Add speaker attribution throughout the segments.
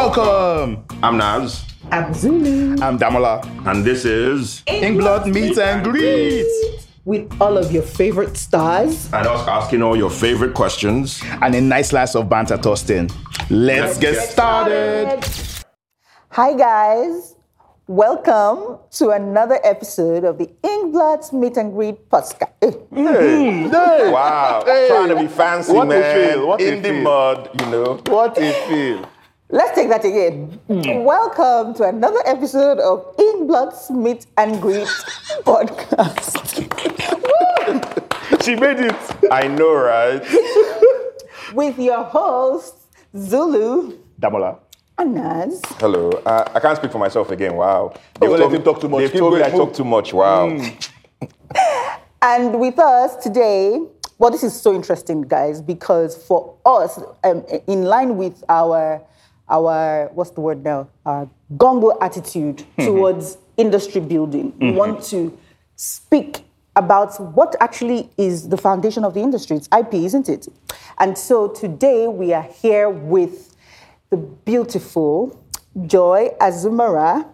Speaker 1: Welcome.
Speaker 2: I'm Naz,
Speaker 3: I'm Zulu
Speaker 1: I'm Damola.
Speaker 2: and this is
Speaker 1: In blood, meet and greet.
Speaker 3: with all of your favorite stars.
Speaker 2: and us asking all your favorite questions.
Speaker 1: And a nice slice of banter toasting. Let's get started.
Speaker 3: Hi guys, welcome to another episode of the Inkblots Meet and Greet podcast. Eh,
Speaker 1: Hmm.
Speaker 2: Wow, trying to be fancy,
Speaker 4: What a
Speaker 2: man.
Speaker 4: feel, what a
Speaker 2: In the
Speaker 4: feel.
Speaker 2: mud, you know.
Speaker 4: What a feel.
Speaker 3: Let's take that again. Welcome to another episode of Inkblots Meet and Greet podcast
Speaker 4: She made it.
Speaker 2: I know, right?
Speaker 3: with your hosts Zulu
Speaker 1: Damola.
Speaker 3: and Naz.
Speaker 2: Hello. Uh, I can't speak for myself again. Wow. They've
Speaker 4: let
Speaker 2: told
Speaker 4: him
Speaker 2: me-
Speaker 4: talk too much.
Speaker 2: They've
Speaker 4: Keep
Speaker 2: told me
Speaker 4: going, Hmm.
Speaker 2: I
Speaker 4: move.
Speaker 2: talk too much. Wow.
Speaker 3: And with us today, well, this is so interesting, guys, because for us, um, in line with our our what's the word now, our gongo attitude towards industry building, we want to speak about what actually is the foundation of the industry. It's IP, isn't it? And so today we are here with the beautiful Joy Azumara.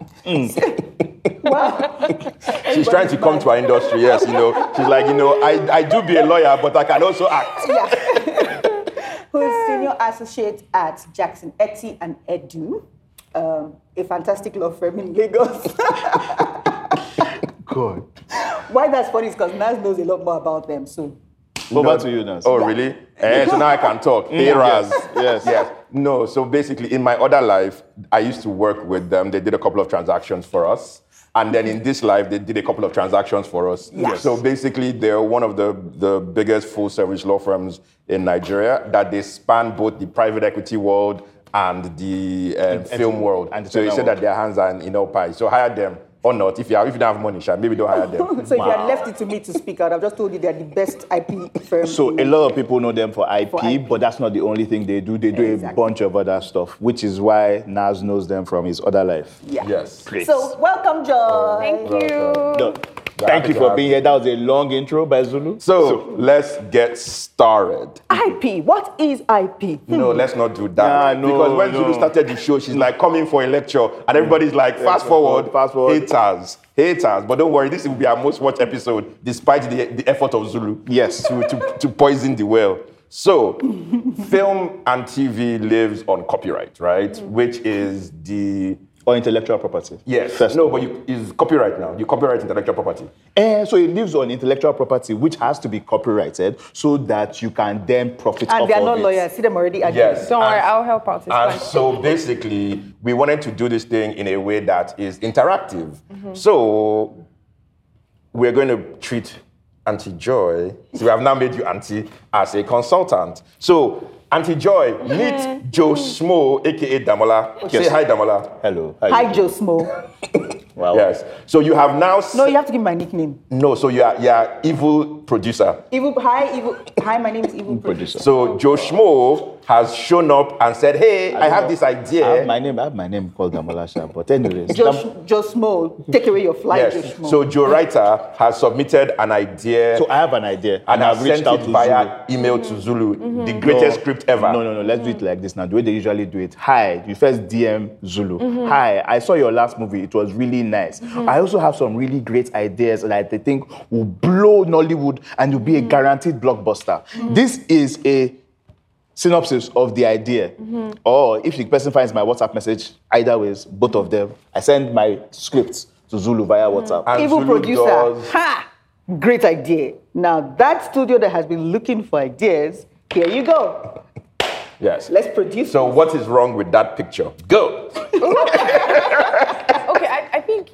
Speaker 3: wow.
Speaker 2: She's trying to come to our industry, yes, you know. She's like, you know, I, I do be a lawyer, but I can also act.
Speaker 3: who's senior associate at Jackson Etty and Edu, um, a fantastic law firm in Lagos.
Speaker 4: God.
Speaker 3: Why that's funny is because Naz knows a lot more about them. So
Speaker 4: Over to you, Naz.
Speaker 2: Oh, really? Eh, so now I can talk. Hey, Raz.
Speaker 4: Yes.
Speaker 2: Yes. No, so basically, in my other life, I used to work with them. They did a couple of transactions for us. And then in this life, they did a couple of transactions for us.
Speaker 3: Yes.
Speaker 2: So basically, they're one of the, the biggest full service law firms in Nigeria that they span both the private equity world and the uh, film world.
Speaker 4: and the
Speaker 2: so you
Speaker 4: cinema
Speaker 2: said that
Speaker 4: world.
Speaker 2: their hands are in, in all pie. So hire them or not. If you, have, if you don't have money, sha, maybe don't hire them.
Speaker 3: so if you had left it to me to speak out, I've just told you they're the best IP firm.
Speaker 4: So a lot of people know them for IP,
Speaker 3: For IP.
Speaker 4: but that's not the only thing they do. They do
Speaker 3: Exactly.
Speaker 4: a bunch of other stuff, which is why Naz knows them from his other life.
Speaker 3: yeah.
Speaker 2: Yes.
Speaker 3: So welcome, Joy.
Speaker 5: Thank you.
Speaker 4: No,
Speaker 2: happy
Speaker 4: Thank you
Speaker 2: to
Speaker 4: for
Speaker 2: have
Speaker 4: being here. That was a long intro by Zulu.
Speaker 2: So let's get started. Mm.
Speaker 3: IP. What is Hmm. IP?
Speaker 2: No, let's not do that.
Speaker 4: Nah, no,
Speaker 2: because when
Speaker 4: no.
Speaker 2: Zulu started the show, she's like coming for a Mm. lecture, and everybody's like, fast forward,
Speaker 4: fast forward.
Speaker 2: haters, haters. But don't worry, this will be our most watched episode, despite the, the effort of Zulu
Speaker 4: Yes.
Speaker 2: to, to, to poison the well. So, film and TV lives on copyright, right? Which is the
Speaker 4: Or intellectual property.
Speaker 2: yes,
Speaker 4: First.
Speaker 2: no, but you, is copyright now. You copyright intellectual property.
Speaker 4: Eh, so it lives on intellectual property, which has to be copyrighted so that you can then profit
Speaker 3: And
Speaker 4: off
Speaker 3: they are
Speaker 4: of
Speaker 3: not
Speaker 4: it.
Speaker 3: lawyers. See them already. arguing.
Speaker 2: Yes.
Speaker 5: Don't worry,
Speaker 2: and-
Speaker 5: I'll help out. It's
Speaker 2: And
Speaker 5: fine.
Speaker 2: so basically, we wanted to do this thing in a way that is interactive.
Speaker 5: Mm-hmm.
Speaker 2: So we're going to treat Auntie Joy, so we have now made you Auntie, as a consultant. So, Auntie Joy, meet Joe Smo, aka Damola.
Speaker 5: Oh,
Speaker 2: Say hi, Damola.
Speaker 4: Hello.
Speaker 3: Hi, Joe Smo.
Speaker 4: Wow.
Speaker 2: Yes. So you have now. s-
Speaker 3: No, you have to give me my nickname.
Speaker 2: No, so you are, you are evil producer.
Speaker 3: Evil. Hi, evil. Hi, my name is Evil
Speaker 4: Producer.
Speaker 2: So Joe Schmo has shown up and said, Hey, I, have
Speaker 4: know.
Speaker 2: this
Speaker 4: I have
Speaker 2: idea.
Speaker 4: my name. I have my name called Damolasha. But anyways,
Speaker 3: Josh, Joe Smo, take away your fly, Joe
Speaker 2: Yes.
Speaker 3: Smo.
Speaker 2: So Joe Writer has submitted an idea
Speaker 4: So I have an idea, and,
Speaker 2: and
Speaker 4: I've
Speaker 2: I've
Speaker 4: reached
Speaker 2: sent
Speaker 4: out
Speaker 2: it
Speaker 4: to Zulu. Mm-hmm.
Speaker 2: via email to Zulu, the greatest script ever.
Speaker 4: No, no, no. Let's do it like this now. The way they usually do it. Hi, you first DM Zulu.
Speaker 2: Mm-hmm.
Speaker 4: Hi, I saw your last movie. It was really nice. I also have some really great ideas that I think will blow Nollywood and will
Speaker 2: Mm-hmm.
Speaker 4: be a guaranteed blockbuster. This is a synopsis of the idea.
Speaker 2: Mm-hmm.
Speaker 4: Or if the person finds my WhatsApp message, either ways, both of them, I send my scripts to Zulu via
Speaker 2: Mm-hmm.
Speaker 4: WhatsApp.
Speaker 2: And
Speaker 3: Evil
Speaker 2: Zulu
Speaker 3: producer.
Speaker 2: does-
Speaker 3: Ha! Great idea. Now, that studio that has been looking for ideas, here you go.
Speaker 2: Yes.
Speaker 3: Let's produce.
Speaker 2: so what is wrong with that picture? Go.
Speaker 5: okay, I, I think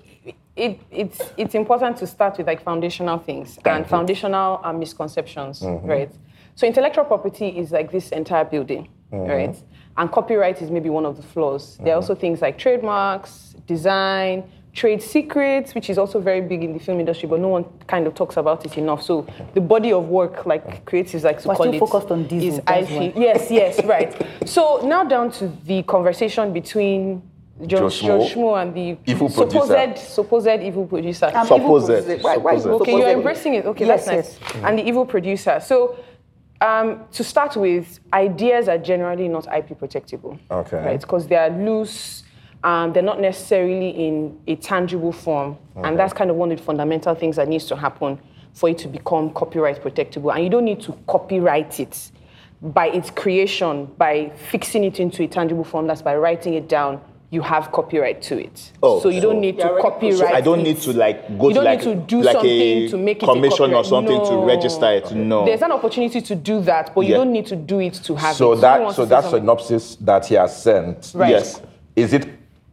Speaker 5: it, it's it's important to start with like foundational things and foundational uh, misconceptions, right? So intellectual property is like this entire building, right? And copyright is maybe one of the flaws. There are also things like trademarks, design, trade secrets, which is also very big in the film industry, but no one kind of talks about it enough. So the body of work, like creatives like to
Speaker 3: We're
Speaker 5: call
Speaker 3: still
Speaker 5: it,
Speaker 3: focused on
Speaker 5: is
Speaker 3: Diesel, that's
Speaker 5: IP.
Speaker 3: why.
Speaker 5: Yes, yes, right. So now down to the conversation between John,
Speaker 2: Joe Schmo.
Speaker 5: John Schmo and the
Speaker 2: Evil producer.
Speaker 5: supposed supposed evil producer.
Speaker 3: I'm
Speaker 4: Supposed.
Speaker 3: evil producer. Why- why
Speaker 4: Supposed.
Speaker 3: evil
Speaker 5: okay, you're
Speaker 3: producer?
Speaker 5: embracing it. Okay,
Speaker 3: Yes,
Speaker 5: that's nice. And the evil producer. So Um, to start with, ideas are generally not IP protectable.
Speaker 2: Okay.
Speaker 5: Right? Because they are loose, um, they're not necessarily in a tangible form. And that's kind of one of the fundamental things that needs to happen for it to become copyright protectable. And you don't need to copyright it by its creation, by fixing it into a tangible form, that's by writing it down. You have copyright to it,
Speaker 4: Oh,
Speaker 5: so you
Speaker 4: so-
Speaker 5: don't need to
Speaker 3: Yeah, right.
Speaker 5: copyright.
Speaker 4: So I don't
Speaker 5: it.
Speaker 4: need to like go
Speaker 5: You
Speaker 4: to
Speaker 5: don't
Speaker 4: like,
Speaker 5: need to do
Speaker 4: like a
Speaker 5: something to make it a
Speaker 4: commission or
Speaker 5: copyright.
Speaker 4: something
Speaker 5: No.
Speaker 4: to register it. No.
Speaker 5: There's an opportunity to do that, but you
Speaker 4: Yeah.
Speaker 5: don't need to do it to
Speaker 2: So
Speaker 5: have it. Someone
Speaker 2: that
Speaker 5: wants
Speaker 2: so
Speaker 5: to say
Speaker 2: that
Speaker 5: something.
Speaker 2: synopsis that he has sent.
Speaker 5: Right.
Speaker 2: Yes. Is it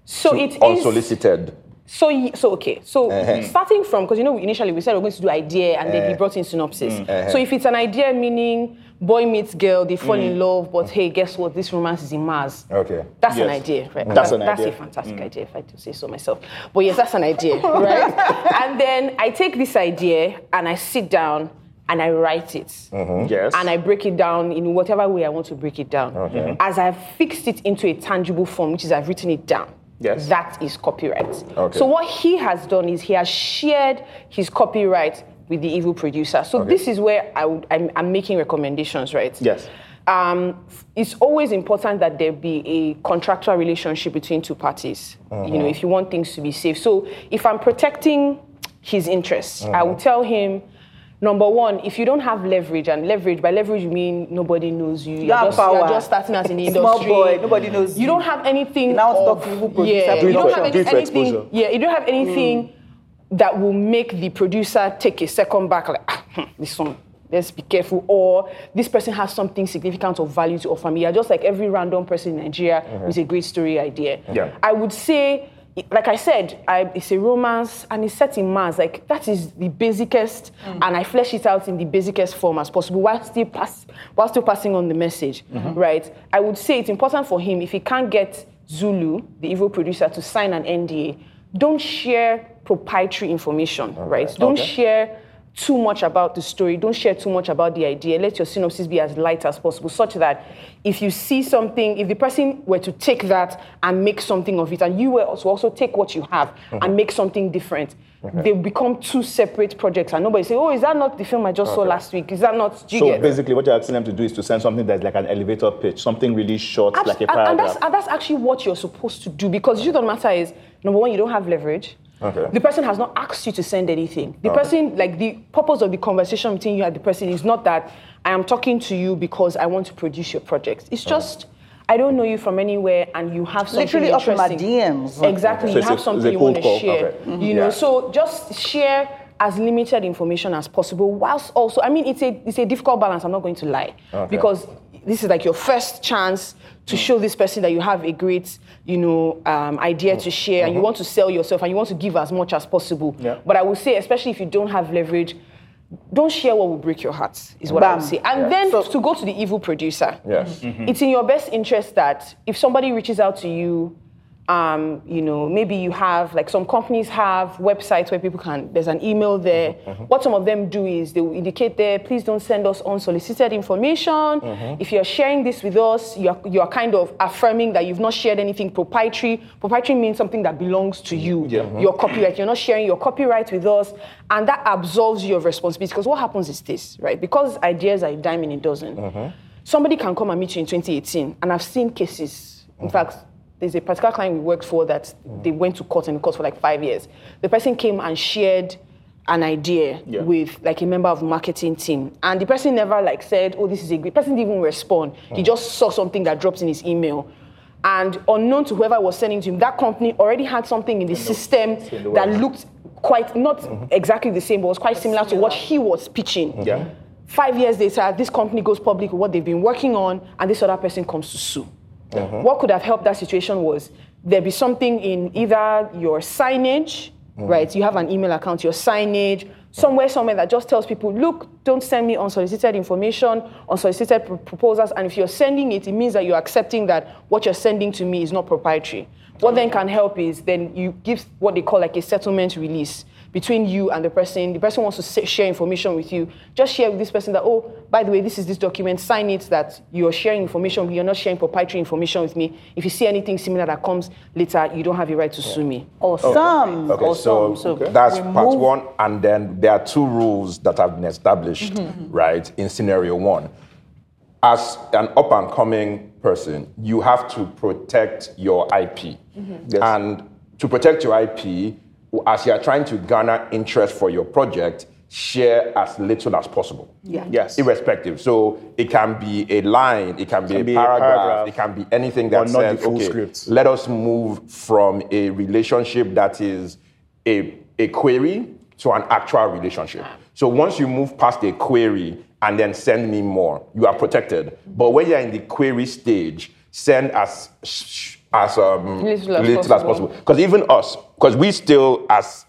Speaker 5: So
Speaker 2: to-
Speaker 5: it is-
Speaker 2: unsolicited?
Speaker 5: So y- so okay. So
Speaker 4: Uh-huh.
Speaker 5: Mm. starting from because you know initially we said we're going to do idea and then he brought in synopsis.
Speaker 4: Mm. Uh-huh.
Speaker 5: So if it's an idea meaning boy meets girl, they fall
Speaker 4: Mm.
Speaker 5: in love, but hey, guess what? This romance is in Mars.
Speaker 4: Uh-huh.
Speaker 2: Okay.
Speaker 5: That's an
Speaker 4: Yes. Mm.
Speaker 5: idea, right?
Speaker 4: That's an
Speaker 5: That's
Speaker 4: idea. Mm.
Speaker 5: a fantastic idea, if I do say so myself. But yes, that's an idea, right? and then I take this idea and I sit down and I write it.
Speaker 2: Hmm?
Speaker 4: yes.
Speaker 5: and I break it down in whatever way I want to break it down. Mm-hmm. As I've fixed it into a tangible form, which is I've written it down.
Speaker 4: Yes.
Speaker 5: That is copyright.
Speaker 2: Okay.
Speaker 5: So what he has done is he has shared his copyright with the evil producer. So this is where I would, I'm, I'm making recommendations, right?
Speaker 4: Yes.
Speaker 5: Um, it's always important that there be a contractual relationship between two parties. You
Speaker 4: Uh-huh.
Speaker 5: know, if you want things to be safe. So if I'm protecting his interests,
Speaker 4: Uh-huh.
Speaker 5: I will tell him. Number one, if you don't have leverage, and leverage by leverage you mean nobody knows you. You're,
Speaker 3: have
Speaker 5: just, you're
Speaker 3: power.
Speaker 5: just starting out in the
Speaker 3: Small
Speaker 5: industry.
Speaker 3: boy, nobody knows
Speaker 5: You,
Speaker 3: you.
Speaker 5: don't have anything.
Speaker 3: Now it's
Speaker 5: of-
Speaker 3: document who produce
Speaker 5: yeah,
Speaker 3: that
Speaker 5: you don't
Speaker 4: production.
Speaker 5: have
Speaker 4: Do it
Speaker 5: any,
Speaker 4: for exposure.
Speaker 5: anything. Yeah, you don't have anything that will make the producer take a second back, like, "Ah, hmm, this one, let's be careful, or this person has something significant of value to offer me. You're just like every random person in Nigeria with a great story idea.
Speaker 4: Yeah.
Speaker 5: I would say, like I said, I, it's a romance and it's set in Mars. Like, that is the basicest, and I flesh it out in the basicest form as possible while still, pass, while still passing on the message, right? I would say it's important for him if he can't get Zulu, the evil producer, to sign an NDA don't share proprietary information, right? Don't share too much about the story. Don't share too much about the idea. Let your synopsis be as light as possible, such that if you see something, if the person were to take that and make something of it, and you were to also take what you have and make something different, they become two separate projects. And nobody say, "Oh, is that not the film I just saw last week? Is that not?" Do you
Speaker 4: So
Speaker 5: get?
Speaker 4: basically, what you're asking them to do is to send something that's like an elevator pitch, something really short,
Speaker 5: Abs-
Speaker 4: like a
Speaker 5: and- and
Speaker 4: paragraph.
Speaker 5: that's, and that's actually what you're supposed to do because you don't matter is number one, you don't have leverage.
Speaker 2: Okay.
Speaker 5: The person has not asked you to send anything. The person, like the purpose of the conversation between you and the person is not that I am talking to you because I want to produce your project. It's just I don't know you from anywhere and you have something
Speaker 3: Literally up in my
Speaker 5: interesting.
Speaker 3: DMs.
Speaker 5: Exactly.
Speaker 4: So
Speaker 5: you
Speaker 4: it's a-
Speaker 5: have
Speaker 4: it's a
Speaker 5: something you
Speaker 4: cold
Speaker 5: want to
Speaker 4: call.
Speaker 5: share.
Speaker 4: Okay.
Speaker 5: You know,
Speaker 4: Yeah.
Speaker 5: so just share as limited information as possible whilst also I mean it's a it's a difficult balance, I'm not going to lie. Because this is like your first chance to show this person that you have a great, you know, um, idea to share and you want to sell yourself and you want to give as much as possible.
Speaker 4: Yeah.
Speaker 5: But I would say, especially if you don't have leverage, don't share what will break your heart, is what I would
Speaker 3: Bam.
Speaker 5: say. And
Speaker 2: Yeah.
Speaker 5: then to go to the evil producer.
Speaker 2: Yes.
Speaker 5: It's in your best interest that if somebody reaches out to you, um, you know, maybe you have like some companies have websites where people can. There's an email there. What some of them do is they will indicate there, please don't send us unsolicited information. If you're sharing this with us, you're you're kind of affirming that you've not shared anything proprietary. Proprietary means something that belongs to you. Your copyright. You're not sharing your copyright with us, and that absolves you of responsibility. Because what happens is this, right? Because ideas are a dime in a dozen somebody can come and meet you in 2018 and i've seen cases in fact there's a particular client we worked for that they went to court and the court for like five years the person came and shared an idea
Speaker 4: Yeah.
Speaker 5: with like a member of marketing team and the person never like said oh this is a great person didn't even respond he
Speaker 4: Mm.
Speaker 5: just saw something that dropped in his email and unknown to whoever was sending to him that company already had something in the system
Speaker 4: the
Speaker 5: that
Speaker 4: web.
Speaker 5: looked quite not exactly the same but was quite similar to what he was pitching
Speaker 4: Mm-hmm. Yeah.
Speaker 5: Five years later, this company goes public with what they've been working on, and this other person comes to sue. What could have helped that situation was there be something in either your signage, right? You have an email account, your signage, somewhere, somewhere that just tells people, look, don't send me unsolicited information, unsolicited pr- proposals, and if you're sending it, it means that you're accepting that what you're sending to me is not proprietary. What then can help is then you give what they call like a settlement release between you and the person. The person wants to sa- share information with you. Just share with this person that, oh, by the way, this is this document. Sign it that you're sharing information. You're not sharing proprietary information with me. If you see anything similar that comes later, you don't have a right to sue me.
Speaker 3: Awesome.
Speaker 2: Okay, so,
Speaker 3: awesome. So
Speaker 2: that's part
Speaker 3: remove- Mm-hmm.
Speaker 2: one. And then there are two rules that have been established, right, in Mm-hmm. scenario one. as an up and coming person, you have to protect your IP.
Speaker 3: Mm-hmm.
Speaker 2: And to protect your IP, as you're trying to garner interest for your project, share as little as possible.
Speaker 3: Yeah.
Speaker 4: Yes.
Speaker 2: Irrespective. So it can be a line, it can be, a,
Speaker 4: be a
Speaker 2: paragraph,
Speaker 4: paragraph.
Speaker 2: it can be anything that
Speaker 4: Or not the
Speaker 2: says,
Speaker 4: full
Speaker 2: okay,
Speaker 4: script.
Speaker 2: let us move from a relationship that is a, a query to an actual relationship. So once you move past a query and then send me more, you are protected. But when you're in the query stage, send as sh- as um,
Speaker 5: Little as possible.
Speaker 2: Because even us, because we still as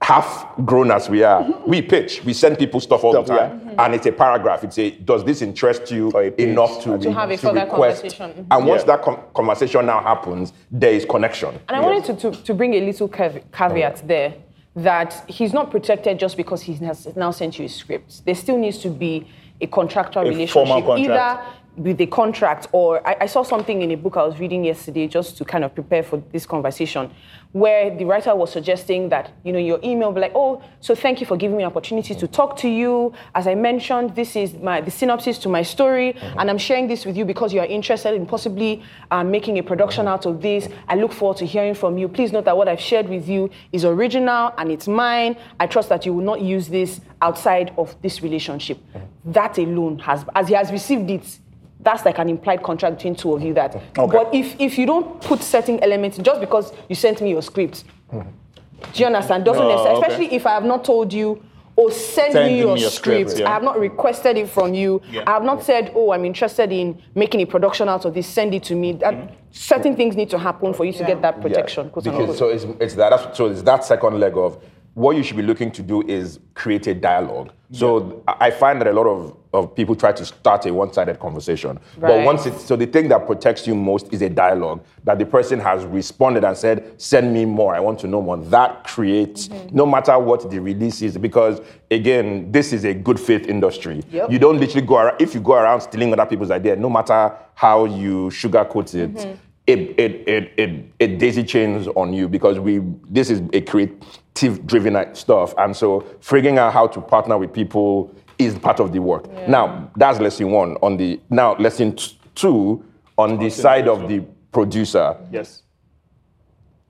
Speaker 2: half grown as we are,
Speaker 5: Mm-hmm.
Speaker 2: we pitch, we send people stuff all the
Speaker 4: Stuff, yeah.
Speaker 2: time, and it's a paragraph. It's a does this interest you
Speaker 4: Or a pitch.
Speaker 2: enough to,
Speaker 5: To have a further
Speaker 2: request?
Speaker 5: conversation.
Speaker 2: And once
Speaker 4: Yeah.
Speaker 2: that com- conversation now happens, there is connection.
Speaker 5: And I wanted to, to, to bring a little cav- caveat there that he's not protected just because he has now sent you a script. There still needs to be a contractual
Speaker 4: formal
Speaker 5: relationship,
Speaker 4: contract.
Speaker 5: either with a contract or I, I saw something in a book I was reading yesterday just to kind of prepare for this conversation, where the writer was suggesting that you know your email be like, oh, so thank you for giving me an opportunity to talk to you. As I mentioned, this is my the synopsis to my story, and I'm sharing this with you because you are interested in possibly uh, making a production out of this. I look forward to hearing from you. Please note that what I've shared with you is original and it's mine. I trust that you will not use this outside of this relationship. That alone has, as he has received it, that's like an implied contract between two of you that but if if you don't put certain elements just because you sent me your script do you understand doesn't
Speaker 4: Mm-hmm. No,
Speaker 5: necessarily
Speaker 4: okay.
Speaker 5: especially if i have not told you or send,
Speaker 4: Send
Speaker 5: me
Speaker 4: me
Speaker 5: your,
Speaker 4: your
Speaker 5: script,
Speaker 4: script, yeah.
Speaker 5: i have not requested it from you i have not said oh i'm interested in making a production out of this send it to me that
Speaker 4: Mm-hmm.
Speaker 5: certain things need to happen for you to get that
Speaker 2: Yeah.
Speaker 5: protection quote
Speaker 2: Because,
Speaker 5: unquote.
Speaker 2: so it's, it's that. that's- So it's that second leg of what you should be looking to do is create a dialogue. So I I find that a lot of, of people try to start a one-sided conversation. But
Speaker 5: Right.
Speaker 2: once it's so the thing that protects you most is a dialogue that the person has responded and said, "Send me more. I want to know more." That creates
Speaker 5: Mm-hmm.
Speaker 2: no matter what the release is because again, this is a good faith industry.
Speaker 5: Yep.
Speaker 2: You don't literally go around if you go around stealing other people's idea, no matter how you sugarcoat it
Speaker 5: Mm-hmm.
Speaker 2: it it it it, it daisy chains on you because we this is a creative driven stuff and so figuring out how to partner with people is part of the work now that's lesson one on the now lesson t- two on the side of the producer
Speaker 4: Yes.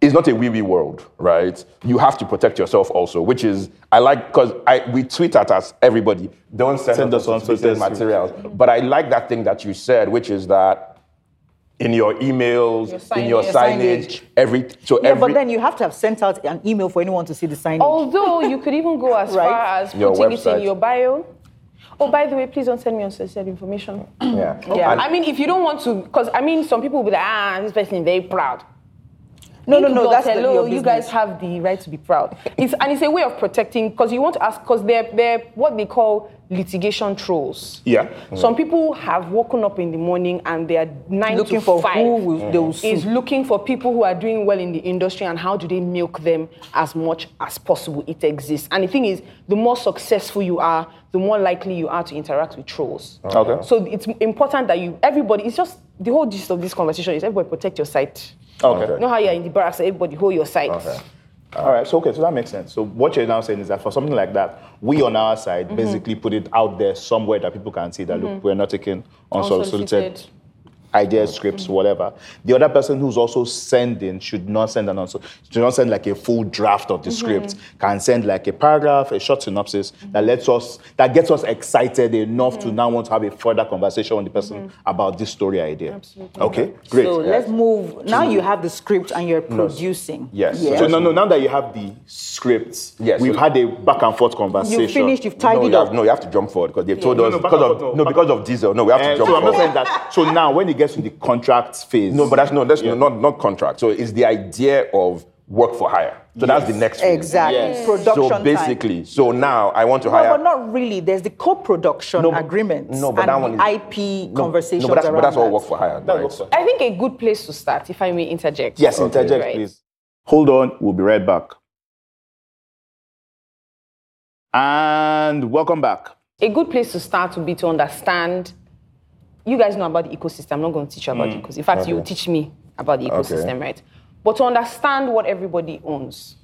Speaker 2: it's not a wee wee world, right? You have to protect yourself also, which is I like because I we tweet at us everybody. Don't send,
Speaker 4: Send us
Speaker 2: unsolicited
Speaker 4: unsolicited
Speaker 2: materials. But I like that thing that you said, which is that in your emails,
Speaker 5: Your
Speaker 2: in your
Speaker 5: signage.
Speaker 2: signage, every so
Speaker 3: Yeah,
Speaker 2: every
Speaker 3: but then you have to have sent out an email for anyone to see the sign.
Speaker 5: although you could even go as
Speaker 3: Right.
Speaker 5: far as
Speaker 2: Your
Speaker 5: putting it in
Speaker 2: website.
Speaker 5: your bio oh by the way please don't send me unsolicited information
Speaker 2: yeah.
Speaker 3: Oh,
Speaker 5: Yeah.
Speaker 2: And-
Speaker 5: I mean, if you don't want to, because I mean, some people will be like, ah, this person is very proud.
Speaker 3: no, no,
Speaker 5: Thank
Speaker 3: no.
Speaker 5: God,
Speaker 3: That's the,
Speaker 5: hello.
Speaker 3: your
Speaker 5: you guys
Speaker 3: business.
Speaker 5: have the right to be proud. It's and it's a way of protecting because you want to ask because they're they're what they call litigation trolls.
Speaker 4: Yeah.
Speaker 5: Some people have woken up in the morning and they are nine
Speaker 3: looking
Speaker 5: to
Speaker 3: for
Speaker 5: five.
Speaker 3: who will, they will
Speaker 2: Mm-hmm.
Speaker 3: sue.
Speaker 5: is looking for people who are doing well in the industry and how do they milk them as much as possible it exists and the thing is the more successful you are the more likely you are to interact with trolls
Speaker 4: Okay.
Speaker 5: so it's important that you everybody it's just the whole gist of this conversation is everybody protect your site
Speaker 4: Okay.
Speaker 5: you know how you're in the barracks everybody hold your site
Speaker 2: Okay.
Speaker 4: All right, so okay, so that makes sense. So what you're now saying is that for something like that, we on our side
Speaker 5: Mm-hmm.
Speaker 4: basically put it out there somewhere that people can see that look, we're not taking unsolicited
Speaker 5: Unsolicited.
Speaker 4: ideas,
Speaker 3: Oh,
Speaker 4: scripts, whatever. The other person who's also sending should not send an also should not send like a full draft of the
Speaker 3: Mm-hmm.
Speaker 4: script. Can send like a paragraph, a short synopsis that lets us that gets us excited enough
Speaker 3: Mm-hmm.
Speaker 4: to now want to have a further conversation with the person about this story idea. Absolutely. Okay, great.
Speaker 3: So let's move. Now you have the script and you're producing.
Speaker 2: Mm-hmm. Yes.
Speaker 3: Yeah.
Speaker 4: So no, no. Now that you have the scripts,
Speaker 2: Yes.
Speaker 4: we've had a back and forth conversation.
Speaker 3: you finished. You've
Speaker 2: no,
Speaker 3: tidied
Speaker 2: you
Speaker 3: up.
Speaker 2: have, no, you have to jump forward because they've told
Speaker 4: No,
Speaker 2: us
Speaker 4: no, back
Speaker 2: because
Speaker 4: and
Speaker 2: of
Speaker 4: forth, no,
Speaker 2: no,
Speaker 4: back
Speaker 2: because of diesel. No, we have to
Speaker 4: Eh,
Speaker 2: jump
Speaker 4: so I'm
Speaker 2: forward.
Speaker 4: not saying that. So now, when it gets to the contract phase,
Speaker 2: No, but that's not that's not not contract. So it's the idea of work for hire. So that's the next phase.
Speaker 3: Exactly.
Speaker 4: Yes.
Speaker 3: Production.
Speaker 2: So basically, so now I want to
Speaker 3: Time.
Speaker 2: hire.
Speaker 3: No, but not really. There's the co-production
Speaker 2: No, but-
Speaker 3: agreements
Speaker 2: no, but
Speaker 3: and
Speaker 2: that one
Speaker 3: the
Speaker 2: is-
Speaker 3: IP
Speaker 2: No,
Speaker 3: conversations
Speaker 2: No, but that's,
Speaker 3: around
Speaker 2: but that's all
Speaker 3: that.
Speaker 2: work for hire.
Speaker 4: That
Speaker 2: right?
Speaker 4: works for-
Speaker 5: i think a good place to start if i may interject
Speaker 4: yes, interject,
Speaker 5: Right.
Speaker 4: please. Hold on, we'll be right back. And welcome back.
Speaker 5: a good place to start would be to understand. You guys know about the ecosystem. I'm not going to teach you about the ecosystem. In fact, you'll teach me about the ecosystem, right? But to understand what everybody owns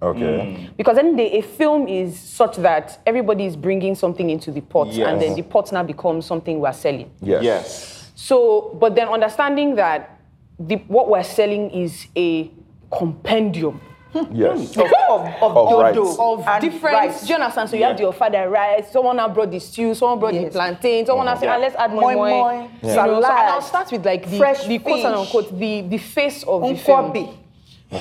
Speaker 2: Okay.
Speaker 5: Because then the, a film is such that everybody is bringing something into the pot,
Speaker 4: Yes.
Speaker 5: and then the pot now becomes something we're selling.
Speaker 2: Yes.
Speaker 4: Yes.
Speaker 5: So, but then understanding that the, what we're selling is a compendium
Speaker 2: Yes.
Speaker 4: Mm.
Speaker 3: of, of,
Speaker 2: Of
Speaker 3: dodo,
Speaker 2: rice.
Speaker 5: of
Speaker 3: and
Speaker 5: different.
Speaker 3: rice.
Speaker 5: Do you understand? So you have the ofada rice. Someone now brought the stew. Someone brought the
Speaker 3: Yes.
Speaker 5: plantain. Someone now said, ah, let's add moi
Speaker 3: Moi
Speaker 5: moi.
Speaker 3: moi,
Speaker 5: You know, so- and I'll
Speaker 3: salad,
Speaker 5: start with like the
Speaker 3: fresh
Speaker 5: the quote
Speaker 3: fish.
Speaker 5: and unquote the the face of the film.
Speaker 3: Nkwobi,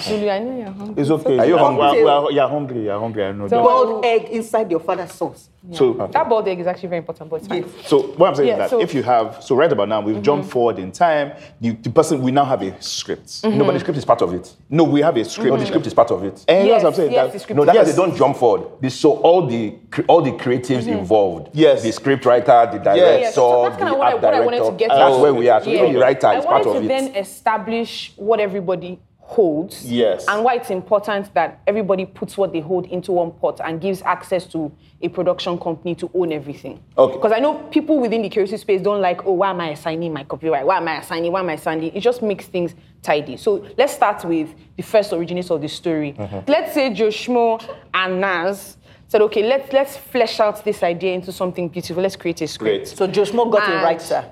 Speaker 5: Zulu, I know you're hungry.
Speaker 4: It's okay.
Speaker 2: Are you
Speaker 4: We
Speaker 2: hungry?
Speaker 4: we we are- you are hungry. You're hungry. I know.
Speaker 5: So-
Speaker 4: that.
Speaker 3: boiled egg inside your father's sauce.
Speaker 4: So,
Speaker 5: That boiled egg is actually very important, but it's fine.
Speaker 3: Yes.
Speaker 4: so what I'm saying
Speaker 5: Yeah,
Speaker 4: is that
Speaker 5: so- Mm-hmm.
Speaker 4: if you have, so right about now, we've jumped forward in time. The, the person, we now have a script.
Speaker 2: No, but the script is part of it.
Speaker 4: No, we have a script.
Speaker 2: No, the script is part of it.
Speaker 4: And
Speaker 5: Mm-hmm.
Speaker 4: that's
Speaker 5: Yes,
Speaker 4: what I'm saying.
Speaker 5: yes,
Speaker 4: that-
Speaker 5: the script
Speaker 2: No, that's
Speaker 4: Mm. yes.
Speaker 2: why they don't jump forward. They, so all the cre- all the creatives involved.
Speaker 4: Yes.
Speaker 2: the script writer, the director,
Speaker 4: Yes.
Speaker 5: Yeah, Mm-hmm. so that's
Speaker 2: the
Speaker 5: kind of what I,
Speaker 2: art
Speaker 5: what I
Speaker 2: director.
Speaker 5: wanted to get
Speaker 2: that's
Speaker 5: to.
Speaker 2: where we are. So
Speaker 5: Yeah.
Speaker 2: even the writer
Speaker 5: I
Speaker 2: is part of
Speaker 5: wanted to
Speaker 2: it.
Speaker 5: then establish what everybody holds.
Speaker 4: Yes.
Speaker 5: And why it's important that everybody puts what they hold into one pot and gives access to a production company to own everything.
Speaker 4: Okay.
Speaker 5: Because I know people within the creative space don't like, oh, why am I assigning my copyright? Why am I assigning? Why am I assigning? It just makes things tidy. So let's start with the first originator of the story.
Speaker 2: Mm-hmm.
Speaker 5: Let's say Joe Schmo and Nas said, okay, let's let's flesh out this idea into something beautiful. Let's create a script.
Speaker 4: Great.
Speaker 3: So Joshmo got
Speaker 5: And-
Speaker 3: a writer.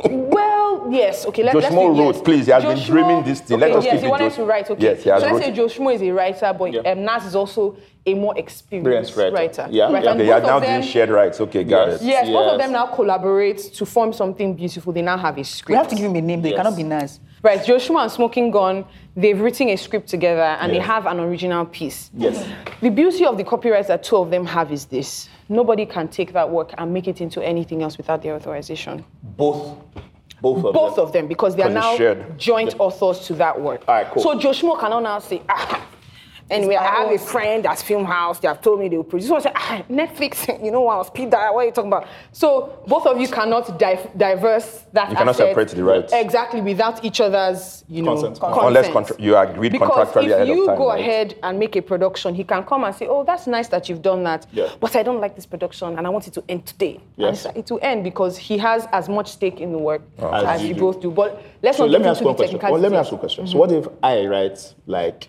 Speaker 5: Well, yes. Okay, let,
Speaker 2: Joe
Speaker 5: us
Speaker 2: Schmo
Speaker 5: say yes.
Speaker 2: wrote, please, he has
Speaker 5: Joe
Speaker 2: been dreaming this thing. Let
Speaker 5: okay,
Speaker 2: us
Speaker 5: yes,
Speaker 2: keep
Speaker 5: he
Speaker 2: it
Speaker 5: wanted
Speaker 2: Joe-
Speaker 5: to write. Okay,
Speaker 2: Yes, he
Speaker 5: so
Speaker 2: has
Speaker 5: let's
Speaker 2: wrote
Speaker 5: say
Speaker 2: it.
Speaker 5: Joe Schmo is a writer, but
Speaker 4: Yeah.
Speaker 5: um, Nas is also a more experienced
Speaker 4: Experienced writer. Yeah,
Speaker 5: Right,
Speaker 4: yeah.
Speaker 5: and
Speaker 2: Okay, yeah,
Speaker 5: both
Speaker 2: now
Speaker 5: of them-
Speaker 2: doing shared rights. Okay, got
Speaker 4: Yes.
Speaker 2: it.
Speaker 5: Yes, both of
Speaker 4: Yes.
Speaker 5: them now collaborate to form something beautiful. They now have a script.
Speaker 3: We have to give him a name. They
Speaker 4: Yes.
Speaker 3: cannot be nice.
Speaker 5: Right, Joshua and Smoking Gun, they've written a script together and they
Speaker 4: Yes.
Speaker 5: have an original piece.
Speaker 4: Yes.
Speaker 5: The beauty of the copyrights that two of them have is this nobody can take that work and make it into anything else without their authorization.
Speaker 4: Both. Both of
Speaker 5: Both
Speaker 4: them.
Speaker 5: of them, because they are
Speaker 2: 'Cause it's
Speaker 5: now
Speaker 2: shared.
Speaker 5: joint authors to that work.
Speaker 4: All right, cool.
Speaker 5: So Joshua cannot now say, ah, anyway, I have a friend that's film house, they have told me they will produce. So I say, ah, Netflix, you know, I was Pete Dyer, what are you talking about? So both of you cannot di- diverse that
Speaker 2: You cannot
Speaker 5: asset
Speaker 2: separate the rights.
Speaker 5: Exactly, without each other's, you know,
Speaker 4: Consent.
Speaker 2: Unless contra- you agreed
Speaker 5: because
Speaker 2: contractually
Speaker 5: if
Speaker 2: ahead
Speaker 5: you
Speaker 2: of time.
Speaker 5: go
Speaker 2: right?
Speaker 5: ahead and make a production, he can come and say, "Oh, that's nice that you've done that,
Speaker 4: Yeah.
Speaker 5: but I don't like this production and I want it to end today." And
Speaker 4: Yes. Oh.
Speaker 5: it's like, it will end because he has as much stake in the work as,
Speaker 4: As you
Speaker 5: you
Speaker 4: do.
Speaker 5: both do. But let's
Speaker 4: So
Speaker 5: not
Speaker 4: let
Speaker 5: get
Speaker 4: me ask
Speaker 5: into
Speaker 4: one
Speaker 5: the
Speaker 4: question. Well,
Speaker 5: technicalities.
Speaker 4: let me ask you a question. So what if I write like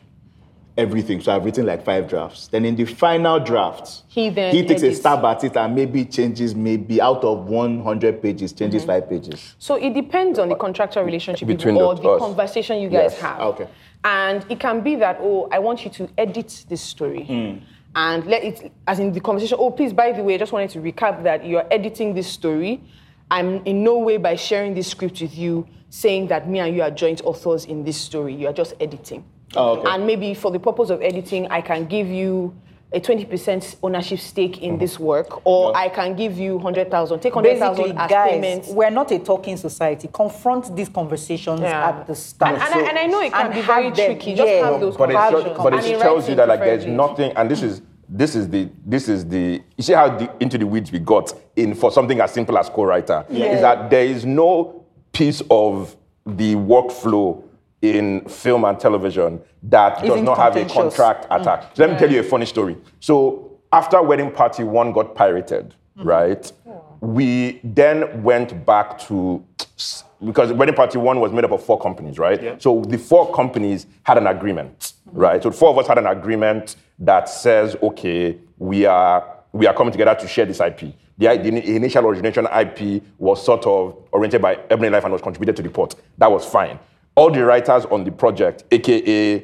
Speaker 4: everything? So I've written like five drafts. Then in the final draft,
Speaker 5: He then
Speaker 4: he takes
Speaker 5: edits.
Speaker 4: a stab at it and maybe changes maybe out of 100 pages, changes
Speaker 5: Mm-hmm.
Speaker 4: five pages.
Speaker 5: So it depends on the contractual relationship you
Speaker 2: Uh, Between
Speaker 5: do or
Speaker 2: the-
Speaker 5: the
Speaker 2: us.
Speaker 5: conversation you guys
Speaker 2: Yes.
Speaker 5: have.
Speaker 4: Okay.
Speaker 5: And it can be that, oh, I want you to edit this story.
Speaker 2: Hmm.
Speaker 5: And let it, as in the conversation, oh, please, by the way, I just wanted to recap that you're editing this story. I'm in no way by sharing this script with you saying that me and you are joint authors in this story. You are just editing.
Speaker 4: Oh, okay.
Speaker 5: And maybe for the purpose of editing, I can give you a 20% ownership stake
Speaker 2: Hmm.
Speaker 5: in this work, or I can give you 100,000. Take 100,000
Speaker 3: Basically,
Speaker 5: as
Speaker 3: guys,
Speaker 5: payment.
Speaker 3: we're not a talking society. Confront these conversations
Speaker 5: Yeah.
Speaker 3: at the start.
Speaker 5: And, and, I, and I know it can
Speaker 3: And
Speaker 5: be very
Speaker 3: have them,
Speaker 5: tricky. Just
Speaker 3: yeah.
Speaker 5: have those
Speaker 2: but it,
Speaker 3: Have
Speaker 2: shows-
Speaker 3: the
Speaker 5: conversations.
Speaker 2: but
Speaker 5: And in
Speaker 2: it tells you
Speaker 5: writing
Speaker 2: that like there's
Speaker 5: preferably.
Speaker 2: nothing, and this is this is the this is the you see how the, into the weeds we got in for something as simple as co-writer is that there is no piece of the workflow in film and television that does
Speaker 3: Isn't
Speaker 2: not have a
Speaker 3: contentious.
Speaker 2: contract attached. Let me tell you a funny story. So after wedding party one got pirated, right? We then went back to because wedding party one was made up of four companies, right? So the four companies had an agreement, right? So the four of us had an agreement that says, okay, we are we are coming together to share this IP. The, i- the initial origination IP was sort of oriented by Ebony Life and was contributed to the port. That was fine. All the writers on the project, aka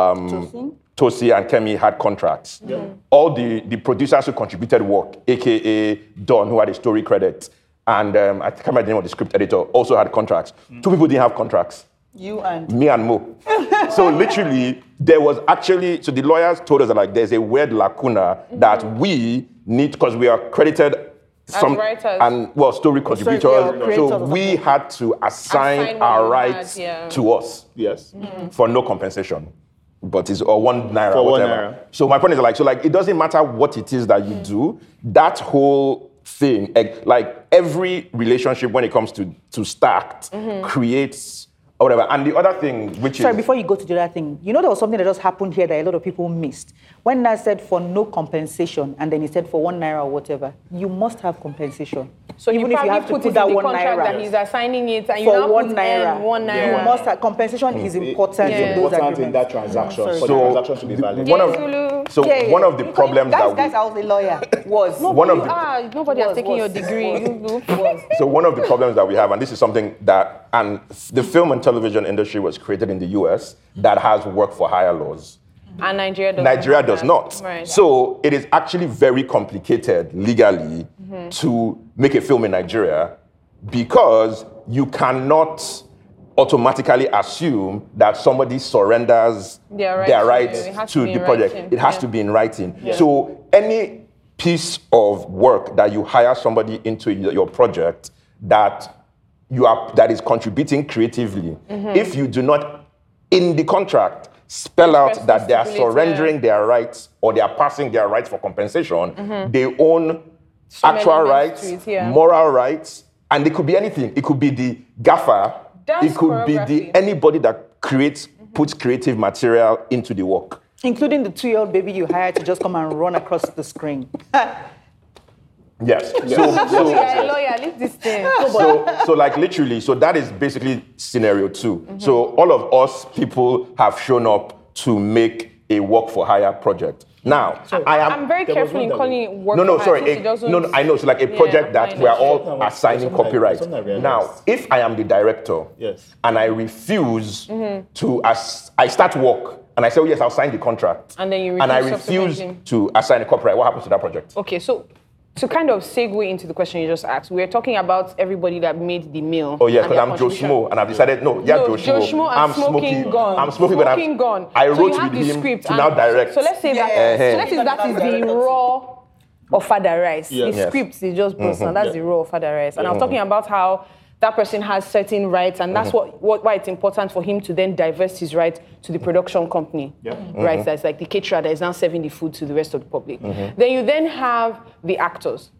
Speaker 2: um, Tosi and Kemi had contracts. All the, the producers who contributed work, aka Don, who had a story credit, and um, I can't remember the name of the script editor, also had contracts.
Speaker 5: Mm.
Speaker 2: Two people didn't have contracts
Speaker 3: you and
Speaker 2: me and Mo. so literally, there was actually so the lawyers told us that like there's a weird lacuna
Speaker 5: Mm-hmm.
Speaker 2: that we need because we are credited some
Speaker 5: writers.
Speaker 2: and well story
Speaker 3: sorry,
Speaker 2: contributors.
Speaker 3: we are creators
Speaker 2: so
Speaker 3: or
Speaker 2: we had to assign,
Speaker 5: Assign what
Speaker 2: our
Speaker 5: we had,
Speaker 2: rights
Speaker 5: yeah.
Speaker 2: to us
Speaker 4: Yes.
Speaker 5: Mm-hmm.
Speaker 2: for no compensation. But it's or one naira,
Speaker 4: For one
Speaker 2: whatever.
Speaker 4: naira.
Speaker 2: So my point is like, so like it doesn't matter what it is
Speaker 3: Hmm.
Speaker 2: that you do, that whole thing, eh, like every relationship when it comes to to stacked creates or whatever. And the other thing, which
Speaker 3: Mm-hmm. Sorry,
Speaker 2: is
Speaker 3: before you go to the other thing, you know there was something that just happened here that a lot of people missed. When Nas said for no compensation, and then he said for one naira or whatever, you must have compensation.
Speaker 5: So
Speaker 3: even
Speaker 5: he
Speaker 3: if you
Speaker 5: probably
Speaker 3: have to
Speaker 5: put,
Speaker 3: put,
Speaker 5: it in
Speaker 3: that
Speaker 5: the
Speaker 3: one
Speaker 5: contract that
Speaker 3: naira
Speaker 5: he's assigning it, and you
Speaker 3: for
Speaker 5: now
Speaker 3: one
Speaker 5: put
Speaker 3: naira,
Speaker 5: N, one naira.
Speaker 3: you must have compensation is
Speaker 2: Mm,
Speaker 3: important
Speaker 5: Yeah.
Speaker 3: in those
Speaker 4: important in
Speaker 3: agreements.
Speaker 4: that transaction for
Speaker 2: So,
Speaker 4: the transaction to be valid.
Speaker 2: one
Speaker 5: Zulu.
Speaker 2: of so
Speaker 3: Yeah, yeah.
Speaker 2: one of the
Speaker 3: Because
Speaker 2: problems
Speaker 3: guys,
Speaker 2: that we,
Speaker 3: guys, I was a lawyer. Was
Speaker 2: One of
Speaker 5: you
Speaker 2: the-
Speaker 5: are, Ah, nobody has
Speaker 3: Was,
Speaker 5: taken your
Speaker 3: was,
Speaker 5: degree.
Speaker 3: was.
Speaker 5: You do.
Speaker 2: So one of the problems that we have, and this is something that, and the film and television industry was created in the U.S. that has work for hire laws.
Speaker 5: And Nigeria does.
Speaker 2: Nigeria does not.
Speaker 5: Right.
Speaker 2: So it is actually very complicated legally
Speaker 5: Mm-hmm.
Speaker 2: to make a film in Nigeria because you cannot automatically assume that somebody surrenders
Speaker 5: Their right to-
Speaker 2: rights
Speaker 5: it has
Speaker 2: to,
Speaker 5: to be
Speaker 2: the
Speaker 5: in
Speaker 2: project.
Speaker 5: writing.
Speaker 2: It has
Speaker 5: Yeah.
Speaker 2: to be in writing. So any piece of work that you hire somebody into y- your project that you are that is contributing creatively,
Speaker 5: Mm-hmm.
Speaker 2: if you do not in the contract spell out
Speaker 5: Express
Speaker 2: that they are
Speaker 5: stipulate, yeah.
Speaker 2: surrendering their rights or they are passing their rights for compensation,
Speaker 5: Mm-hmm.
Speaker 2: they own actual
Speaker 5: elements
Speaker 2: rights,
Speaker 5: to it, yeah.
Speaker 2: moral rights, and it could be anything. It could be the gaffer.
Speaker 5: Dance
Speaker 2: it could be the
Speaker 5: choreography. Mm-hmm.
Speaker 2: anybody that creates puts creative material into the work.
Speaker 3: including the two-year-old baby you hired to just come and run across the screen.
Speaker 2: Yes. So, so,
Speaker 5: You are a lawyer. Leave this thing.
Speaker 2: so, so like literally, so that is basically scenario 2
Speaker 5: Mm-hmm.
Speaker 2: So all of us people have shown up to make a work for hire project. Now, I am
Speaker 5: I'm very
Speaker 4: There was
Speaker 5: careful
Speaker 4: one
Speaker 5: in
Speaker 4: that
Speaker 5: calling
Speaker 4: we-
Speaker 5: it work.
Speaker 2: no, no,
Speaker 5: for hire
Speaker 2: sorry.
Speaker 5: since
Speaker 2: a-
Speaker 5: it doesn't-
Speaker 2: no, no, I know. So like a
Speaker 5: Yeah,
Speaker 2: project that
Speaker 5: fine.
Speaker 2: we are
Speaker 4: Something
Speaker 2: all
Speaker 4: I was-
Speaker 2: assigning
Speaker 4: something I-
Speaker 2: copyright.
Speaker 4: something I realized.
Speaker 2: now, if I am the director
Speaker 4: Yes.
Speaker 2: and I refuse
Speaker 5: Mm-hmm.
Speaker 2: to, as I start work and I say, oh, yes, I'll sign the contract.
Speaker 5: And then you
Speaker 2: And I
Speaker 5: refuse
Speaker 2: refuse
Speaker 5: subsequently.
Speaker 2: to assign the copyright. What happens to that project?
Speaker 5: Okay, so to kind of segue into the question you just asked, we are talking about everybody that made the meal.
Speaker 2: Oh yeah, because
Speaker 5: and their
Speaker 2: I'm Joe
Speaker 5: contribution.
Speaker 2: Schmo, and I've decided no, yeah,
Speaker 5: No,
Speaker 2: Joe Schmo.
Speaker 5: Joe Schmo and
Speaker 2: I'm
Speaker 5: Smoking Gun.
Speaker 2: I'm smoking, but
Speaker 5: Smoking
Speaker 2: I'm,
Speaker 5: Gun.
Speaker 2: I
Speaker 5: So you
Speaker 2: wrote
Speaker 5: have
Speaker 2: with
Speaker 5: the
Speaker 2: him
Speaker 5: script
Speaker 2: to
Speaker 5: and-
Speaker 2: now direct.
Speaker 5: So let's say that.
Speaker 2: Yeah.
Speaker 5: So let's say that is the raw ofada rice. The
Speaker 2: Yes. Mm-hmm.
Speaker 5: script is just personal. That's the raw ofada rice. And I was talking about how that person has certain rights, and that's
Speaker 2: Mm-hmm.
Speaker 5: what, what why it's important for him to then divest his right to the production company.
Speaker 2: Mm-hmm.
Speaker 5: Right, that's like the caterer that is now serving the food to the rest of the public. Then you then have the actors.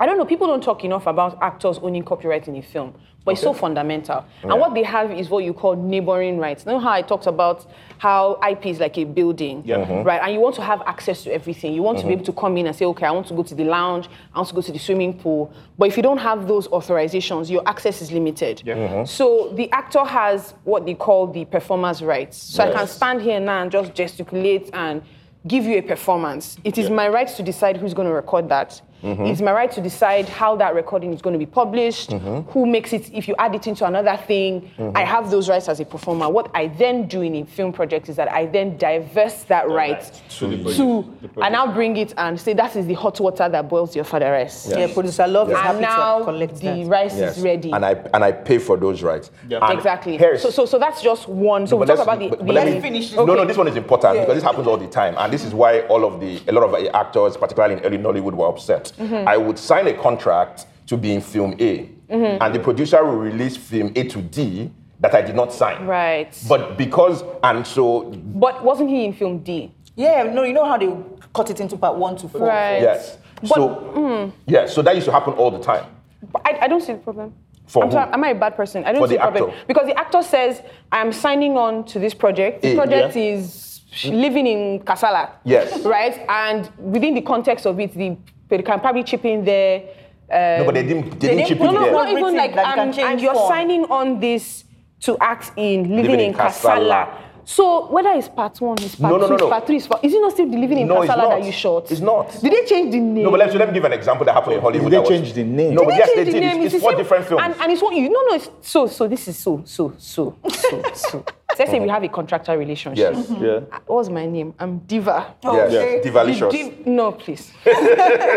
Speaker 5: I don't know, people don't talk enough about actors owning copyright in a film, but it's so fundamental. And what they have is what you call neighboring rights. Know how I talked about how IP is like a building, right? And you want to have access to everything. You want to be able to come in and say, okay, I want to go to the lounge, I want to go to the swimming pool. But if you don't have those authorizations, your access is limited. So the actor has what they call the performer's rights. So I can stand here now and just gesticulate and give you a performance. It is my right to decide who's going to record that. It's my right to decide how that recording is going to be published, who makes it, if you add it into another thing. I have those rights as a performer. What I then do in a film project is that I then divest that right
Speaker 4: to the
Speaker 5: to,
Speaker 4: project. The
Speaker 5: and I'll bring it and say, that is the hot water that boils your father rice.
Speaker 3: Yeah, producer love is happy
Speaker 5: And now
Speaker 3: to collect
Speaker 5: the
Speaker 3: that.
Speaker 5: rice
Speaker 2: Yes.
Speaker 5: is ready.
Speaker 2: And I and I pay for those rights. And
Speaker 5: exactly.
Speaker 2: here's-
Speaker 5: So, so, so that's just one. So we
Speaker 2: but let's-
Speaker 5: talk about the.
Speaker 2: but- but
Speaker 5: the-
Speaker 2: let me- No, no, this one is important because this happens all the time, and this is why all of the a lot of uh, actors, particularly in early Nollywood, were upset.
Speaker 5: Mm-hmm.
Speaker 2: I would sign a contract to be in film A,
Speaker 5: Mm-hmm.
Speaker 2: and the producer will release film A to D that I did not sign.
Speaker 5: Right.
Speaker 2: But because and so
Speaker 5: But wasn't he in film D?
Speaker 3: Yeah, no, you know how they cut it into part one to four.
Speaker 5: Right.
Speaker 2: yes,
Speaker 5: But-
Speaker 2: so
Speaker 5: Hmm.
Speaker 2: yeah, so that used to happen all the time.
Speaker 5: But I, I don't see the problem.
Speaker 2: For
Speaker 5: I'm
Speaker 2: who?
Speaker 5: sorry, am I a bad person? I don't
Speaker 2: For
Speaker 5: see
Speaker 2: the
Speaker 5: the problem.
Speaker 2: actor.
Speaker 5: Because the actor says, I'm signing on to this project. The
Speaker 2: Eh,
Speaker 5: project
Speaker 2: yeah.
Speaker 5: is living in Kasala.
Speaker 2: Yes.
Speaker 5: Right? And within the context of it, the, they can probably chip in there.
Speaker 2: no, but they didn't. They, didn't chip
Speaker 5: Um, no,
Speaker 2: in
Speaker 5: no,
Speaker 2: there.
Speaker 5: not even
Speaker 3: Written,
Speaker 5: like,
Speaker 3: that you can
Speaker 5: um,
Speaker 3: change
Speaker 5: and you're
Speaker 3: form.
Speaker 5: signing on this to act in Living,
Speaker 2: Living
Speaker 5: in
Speaker 2: in Kasala.
Speaker 5: Kasala. So whether it's part one, it's part
Speaker 2: No, no,
Speaker 5: two,
Speaker 2: no,
Speaker 5: it's
Speaker 2: no.
Speaker 5: part three, it's part, is it not still the Living in
Speaker 2: No, it's
Speaker 5: Kasala
Speaker 2: not.
Speaker 5: that you shot?
Speaker 2: It's not.
Speaker 5: Did they change the name?
Speaker 2: No, but let me, let me give an example that happened in Hollywood.
Speaker 4: they
Speaker 2: that was-
Speaker 4: changed the name?
Speaker 2: No, but
Speaker 5: They
Speaker 2: yes, they
Speaker 5: changed the
Speaker 2: did.
Speaker 5: name,
Speaker 2: It's,
Speaker 5: the
Speaker 2: it's four
Speaker 5: same-
Speaker 2: different films.
Speaker 5: And, and it's what you no no it's so so this is so so so so so. Let's say we have a contractual relationship.
Speaker 2: yes, Mm-hmm.
Speaker 4: Yeah.
Speaker 5: What's my name? I'm Diva.
Speaker 3: Oh,
Speaker 2: yes,
Speaker 4: Okay.
Speaker 2: Divalicious.
Speaker 5: The div- no, please.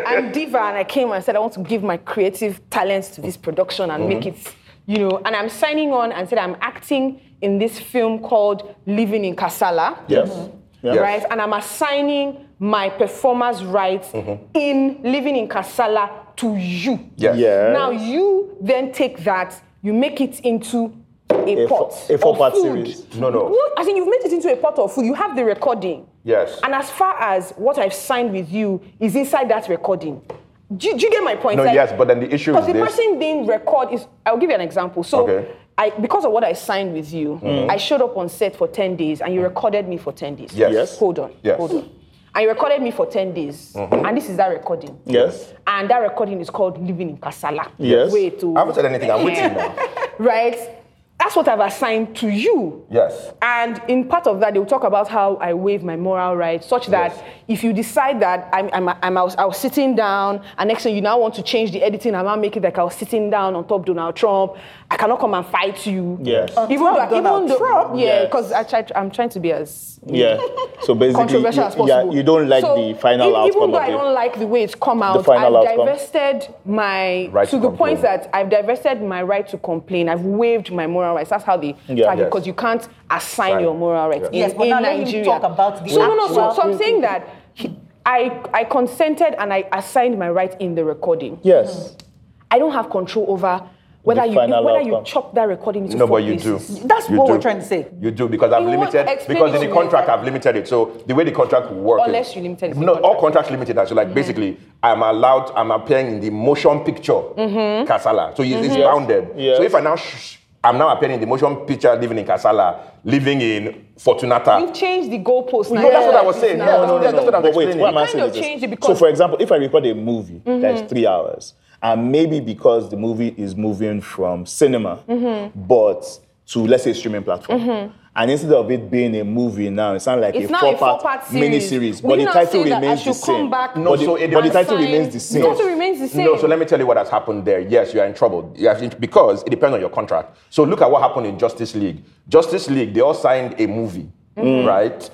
Speaker 5: I'm Diva, and I came and said I want to give my creative talents to this production and make
Speaker 4: Mm-hmm.
Speaker 5: it, you know. And I'm signing on and said I'm acting in this film called Living in Kasala
Speaker 2: Yes.
Speaker 4: Yeah.
Speaker 5: right? And I'm assigning my performance rights in living in Kassala to you.
Speaker 2: Yes.
Speaker 4: Mm-hmm. Yeah.
Speaker 5: Now you then take that, you make it into a,
Speaker 4: A fo-
Speaker 5: pot.
Speaker 4: a
Speaker 5: of
Speaker 4: four-part
Speaker 5: food.
Speaker 4: series.
Speaker 2: No, no.
Speaker 5: I think you've made it into a pot of food. You have the recording.
Speaker 2: Yes.
Speaker 5: And as far as what I've signed with you is inside that recording. Do you, do you get my point?
Speaker 2: No,
Speaker 5: Like,
Speaker 2: yes, but then the issue is
Speaker 5: because the
Speaker 2: this.
Speaker 5: person didn't record is. I'll give you an example. So
Speaker 2: Okay. Mm-hmm.
Speaker 5: I I, because of what I signed with you, I showed up on set for 10 days and you recorded me for 10 days.
Speaker 2: Yes. Yes.
Speaker 5: Hold on.
Speaker 2: Yes. Mm-hmm.
Speaker 5: Hold on. And you recorded me for 10 days. And this is that recording.
Speaker 4: Yes.
Speaker 5: And that recording is called Living in Kasala.
Speaker 4: Yes.
Speaker 5: Way to.
Speaker 2: I haven't said anything. I'm
Speaker 5: Eh.
Speaker 2: waiting now.
Speaker 5: Right? That's what I've assigned to you.
Speaker 2: Yes.
Speaker 5: And in part of that, they will talk about how I waive my moral rights, such that
Speaker 2: Yes.
Speaker 5: if you decide that I'm, I'm, I'm, I, was, I was sitting down, and next thing you now want to change the editing, I'm now making like I was sitting down on top of Donald Trump. I cannot come and fight you.
Speaker 4: Yes. On
Speaker 5: Even
Speaker 3: top
Speaker 5: though,
Speaker 3: of Donald
Speaker 5: even though,
Speaker 3: Trump?
Speaker 5: yeah,
Speaker 4: Yes.
Speaker 5: because I tried, to- I'm trying to be as
Speaker 4: Yeah. So basically,
Speaker 5: controversial as
Speaker 4: you, yeah,
Speaker 5: possible.
Speaker 4: you don't like
Speaker 5: So,
Speaker 4: the final
Speaker 5: e-
Speaker 4: outcome
Speaker 5: Even though
Speaker 4: of
Speaker 5: I
Speaker 4: it.
Speaker 5: don't like the way it's come out,
Speaker 4: final
Speaker 5: I've
Speaker 4: outcome.
Speaker 5: divested my
Speaker 2: Right
Speaker 5: to
Speaker 2: to
Speaker 5: the point
Speaker 2: complain.
Speaker 5: that I've divested my right to complain. I've waived my moral rights. That's how they
Speaker 4: Yeah.
Speaker 5: tag it
Speaker 2: Yes.
Speaker 5: because you can't assign
Speaker 2: Right.
Speaker 5: your moral rights in,
Speaker 2: Yes.
Speaker 3: Yes, but
Speaker 5: in
Speaker 3: now let him
Speaker 5: Nigeria.
Speaker 3: talk about the
Speaker 5: so no, no, so,
Speaker 3: actual-
Speaker 5: so I'm saying that he- I I consented and I assigned my right in the recording.
Speaker 4: Yes.
Speaker 5: Mm. I don't have control over. Whether you
Speaker 4: final
Speaker 5: whether you
Speaker 4: outcome.
Speaker 5: chop that recording into
Speaker 2: No,
Speaker 5: four
Speaker 2: but you do.
Speaker 5: pieces.
Speaker 3: That's
Speaker 2: You
Speaker 3: what
Speaker 2: do.
Speaker 3: we're trying to say.
Speaker 2: You do because I've
Speaker 5: You won't
Speaker 2: limited
Speaker 5: explain
Speaker 2: because
Speaker 5: it
Speaker 2: in
Speaker 5: to
Speaker 2: the
Speaker 5: me.
Speaker 2: contract I've limited it. So the way the contract will work,
Speaker 5: Unless
Speaker 2: is-
Speaker 5: you limited it to the
Speaker 2: No, all
Speaker 5: contract.
Speaker 2: contracts limited. that. So like basically, I'm allowed. I'm appearing in the motion picture
Speaker 5: Mm-hmm.
Speaker 2: Kasala. So it's, it's bounded.
Speaker 4: Yes.
Speaker 2: So if I now. Sh- I'm now appearing in the motion picture, living in Kasala, living in Fortunata.
Speaker 5: You've changed the goalpost. now.
Speaker 2: No, that's what I was
Speaker 5: It's
Speaker 2: saying. No,
Speaker 5: now-
Speaker 2: no, no, That's what I'm
Speaker 4: But wait,
Speaker 2: explaining.
Speaker 4: what am I
Speaker 5: Kind
Speaker 4: saying?
Speaker 5: of
Speaker 4: is this.
Speaker 5: change it
Speaker 4: so,
Speaker 5: because- Mm-hmm.
Speaker 4: for example, if I record a movie that's three hours, and maybe because the movie is moving from cinema,
Speaker 5: Mm-hmm.
Speaker 4: but to let's say streaming platform. And instead of it being a movie now, it sounds like
Speaker 5: It's
Speaker 4: a
Speaker 5: now a
Speaker 4: four-part
Speaker 5: four-part series.
Speaker 4: mini series,
Speaker 5: Would
Speaker 4: but the
Speaker 5: you not
Speaker 4: title
Speaker 5: say that I
Speaker 4: remains the
Speaker 5: should come
Speaker 4: same.
Speaker 5: back
Speaker 2: No,
Speaker 4: but the,
Speaker 2: so it-
Speaker 4: but the title
Speaker 5: Assign-
Speaker 4: remains the same.
Speaker 5: The title remains the same.
Speaker 2: No, so let me tell you what has happened there. Yes, you are in trouble. You have- because it depends on your contract. So look at what happened in Justice League. Justice League, they all signed a movie,
Speaker 3: Mm-hmm.
Speaker 2: right?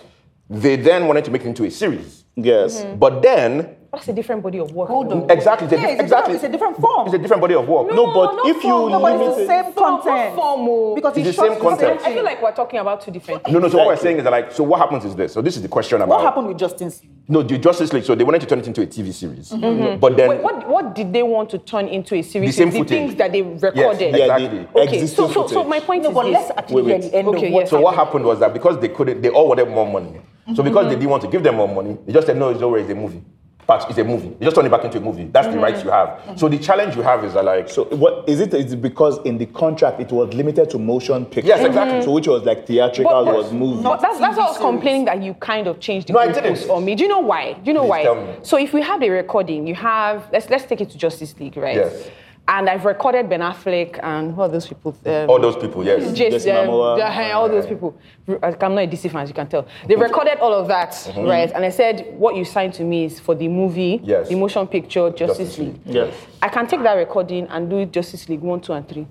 Speaker 2: They then wanted to make it into a series.
Speaker 4: Yes.
Speaker 5: Mm-hmm.
Speaker 2: But then,
Speaker 5: That's a different body of work.
Speaker 3: Hold on.
Speaker 2: exactly, it's a,
Speaker 3: Yeah,
Speaker 2: diff-
Speaker 3: it's a
Speaker 2: exactly,
Speaker 3: different- it's a different form.
Speaker 2: It's a different body of work.
Speaker 4: No, but
Speaker 5: not
Speaker 4: if you
Speaker 5: form,
Speaker 3: No, but it's
Speaker 4: limited-
Speaker 3: the same
Speaker 5: Form,
Speaker 3: content.
Speaker 5: form, oh.
Speaker 2: It's
Speaker 3: Because he
Speaker 2: the
Speaker 3: shot
Speaker 2: same content.
Speaker 5: I feel like we're talking about two different things.
Speaker 2: no, no. So what we're
Speaker 4: Exactly.
Speaker 2: saying is that like, so what happens is this. So this is the question about
Speaker 3: What happened with Justin's?
Speaker 2: No, the Justice League. So they wanted to turn it into a TV series,
Speaker 3: Mm-hmm.
Speaker 2: but then
Speaker 5: Wait, what, what did they want to turn into a
Speaker 2: the
Speaker 5: series?
Speaker 2: same
Speaker 5: It's the
Speaker 2: footage.
Speaker 5: things that they recorded.
Speaker 2: Yes,
Speaker 4: Yeah, the
Speaker 2: exactly.
Speaker 5: Okay, so,
Speaker 4: existing
Speaker 5: so, so
Speaker 4: footage.
Speaker 5: my point
Speaker 3: No,
Speaker 5: is
Speaker 3: but
Speaker 5: this.
Speaker 3: let's actually
Speaker 4: Wait,
Speaker 3: hear
Speaker 4: wait.
Speaker 3: the end
Speaker 5: Okay,
Speaker 3: of what.
Speaker 5: yes. Mm-hmm.
Speaker 2: So what happened was that because they couldn't, they all wanted more money. So because they didn't want to give them more money, they just said, no, it's over, it's a movie. But it's a movie. You just turn it back into a movie. That's
Speaker 5: Mm-hmm.
Speaker 2: the rights you have. So the challenge you have is that like,
Speaker 4: So what is it? Is it because in the contract it was limited to motion picture?
Speaker 2: Yes, exactly. Mhm.
Speaker 4: So which was like theatrical, was movie.
Speaker 5: But that's, that's
Speaker 3: TV
Speaker 5: why I was
Speaker 3: series.
Speaker 5: complaining that you kind of changed the
Speaker 2: No, I
Speaker 5: goalposts
Speaker 2: didn't.
Speaker 5: on me. Do you know why? Do you know
Speaker 2: Please
Speaker 5: why?
Speaker 2: tell me.
Speaker 5: So if we have a recording, you have let's let's take it to Justice League, right?
Speaker 2: Yes.
Speaker 5: And I've recorded Ben Affleck and who are those people? Um,
Speaker 2: all those people, yes.
Speaker 5: Jason,
Speaker 4: Jason Momoa.
Speaker 5: all those people. I- I'm not a DC fan, as you can tell. They recorded all of that,
Speaker 2: Mm-hmm.
Speaker 5: right? And I said, what you signed to me is for the movie,
Speaker 2: Yes.
Speaker 5: the motion picture, Justice,
Speaker 2: Justice
Speaker 5: League.
Speaker 2: League, yes.
Speaker 5: I can take that recording and do Justice League 1, 2, and 3.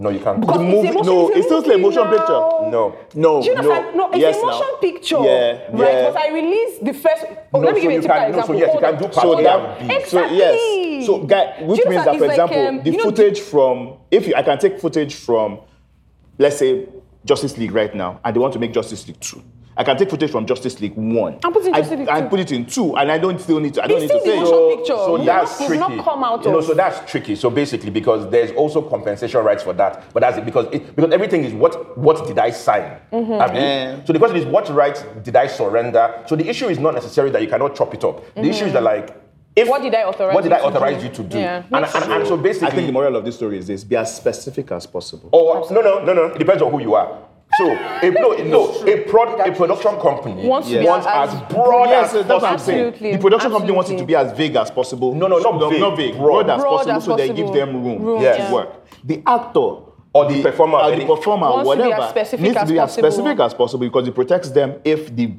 Speaker 2: No, you can't.
Speaker 5: Because
Speaker 4: The movie-
Speaker 5: a motion-
Speaker 4: no,
Speaker 5: a
Speaker 4: it's still a motion picture.
Speaker 5: now.
Speaker 2: No.
Speaker 4: no,
Speaker 5: Do you know
Speaker 4: no,
Speaker 5: what I'm- no, it's
Speaker 4: yes
Speaker 5: a motion
Speaker 4: now.
Speaker 5: picture,
Speaker 4: Yeah,
Speaker 5: right?
Speaker 4: yeah.
Speaker 5: But I release the first. Oh,
Speaker 2: No,
Speaker 5: let me
Speaker 2: so
Speaker 5: give you
Speaker 2: you
Speaker 5: a typical
Speaker 2: can- no, so
Speaker 5: example.
Speaker 2: yes, you
Speaker 5: Hold
Speaker 2: can
Speaker 5: on.
Speaker 2: do part
Speaker 4: so
Speaker 5: Hold
Speaker 2: A
Speaker 5: on.
Speaker 4: that
Speaker 2: and B.
Speaker 4: so
Speaker 5: Exactly.
Speaker 4: yes so guy which
Speaker 5: Do you know
Speaker 4: means that
Speaker 5: that
Speaker 4: for
Speaker 5: it's like,
Speaker 4: example
Speaker 5: um,
Speaker 4: the
Speaker 5: you know,
Speaker 4: footage from if you, I can take footage from let's say Justice League right now and they want to make Justice League two. I can take footage from Justice League one.
Speaker 5: And put it in
Speaker 4: I-
Speaker 5: Justice League
Speaker 4: and
Speaker 5: two.
Speaker 4: put it in two, and I don't still need to. I don't
Speaker 5: It's
Speaker 4: need
Speaker 5: still the
Speaker 4: to say.
Speaker 5: motion
Speaker 4: oh,
Speaker 5: picture.
Speaker 2: So
Speaker 5: It
Speaker 2: that's
Speaker 5: does
Speaker 2: tricky.
Speaker 5: not come out
Speaker 2: you know,
Speaker 5: of-
Speaker 2: so that's tricky. So basically, because there's also compensation rights for that, but that's it because it, because everything is what what did I sign?
Speaker 5: Mm-hmm.
Speaker 2: Abi?
Speaker 4: Yeah.
Speaker 2: So the question is, what rights did I surrender? So the issue is not necessarily that you cannot chop it up. The issue is that
Speaker 5: Mm-hmm.
Speaker 2: like, if
Speaker 5: What did I authorize
Speaker 2: What did
Speaker 5: you
Speaker 2: I
Speaker 5: to
Speaker 2: authorize
Speaker 5: do?
Speaker 2: you to do?
Speaker 5: Yeah.
Speaker 2: And, and, and so basically,
Speaker 4: I think the moral of this story is this: be as specific as possible.
Speaker 2: or no, no, no, no. It depends on who you are. So, a, no, no, a, prod, a production company wants,
Speaker 5: Wants to be
Speaker 2: as,
Speaker 5: as-
Speaker 2: broad
Speaker 4: yes,
Speaker 2: as
Speaker 4: that's what I'm
Speaker 2: possible.
Speaker 4: saying.
Speaker 5: Absolutely,
Speaker 4: The production company wants it to
Speaker 5: absolutely.
Speaker 4: be as vague as possible.
Speaker 2: No, no, not vague,
Speaker 4: not vague.
Speaker 2: broad.
Speaker 4: Broad, as
Speaker 5: Broad
Speaker 4: possible,
Speaker 5: as
Speaker 4: so they give
Speaker 5: possible.
Speaker 4: them room,
Speaker 5: Room,
Speaker 2: Yes.
Speaker 4: to
Speaker 2: yeah.
Speaker 4: work. The actor.
Speaker 2: Or the performer of
Speaker 4: or the
Speaker 2: any-
Speaker 4: performer,
Speaker 5: Wants to be as
Speaker 4: whatever,
Speaker 5: specific
Speaker 4: needs to
Speaker 5: as
Speaker 4: be as
Speaker 5: possible.
Speaker 4: specific as possible because it protects them if the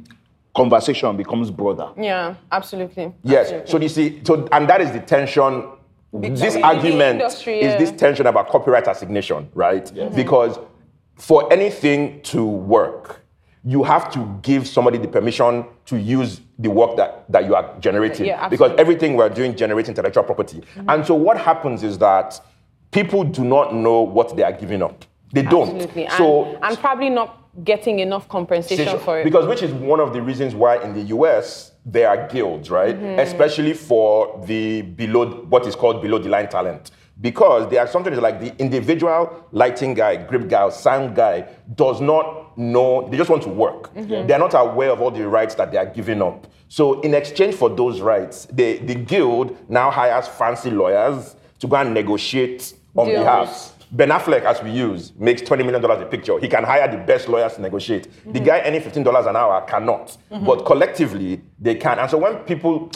Speaker 4: conversation becomes broader.
Speaker 5: Yeah, absolutely.
Speaker 2: Yes. So you see, so and that is the tension. this
Speaker 5: the
Speaker 2: argument
Speaker 5: industry,
Speaker 2: is this
Speaker 5: yeah. Mm-hmm.
Speaker 2: tension about copyright assignation, right? Because for anything to work, you have to give somebody the permission to use the work that, that you are generating.
Speaker 5: Yeah,
Speaker 2: because
Speaker 5: absolutely.
Speaker 2: everything we're doing generates intellectual property.
Speaker 5: Mm-hmm.
Speaker 2: And so what happens is that people do not know what they are giving up. They don't.
Speaker 5: Absolutely. And,
Speaker 2: So
Speaker 5: and probably not getting enough compensation
Speaker 2: compensation.
Speaker 5: for it.
Speaker 2: Because which is one of the reasons why in the US there are guilds, right?
Speaker 5: Mm-hmm.
Speaker 2: Especially for the below what is called below the line talent. Because there are sometimes like the individual lighting guy, grip guy, sound guy does not know, they just want to work.
Speaker 5: Mm-hmm.
Speaker 2: They're not aware of all the rights that they are giving up. So in exchange for those rights, the, the guild now hires fancy lawyers to go and negotiate on
Speaker 5: Deals.
Speaker 2: behalf. Ben Affleck, as we use, makes $20 million a picture. He can hire the best lawyers to negotiate.
Speaker 5: Mm-hmm.
Speaker 2: The guy earning $15 an hour cannot. But collectively, they can. And so when people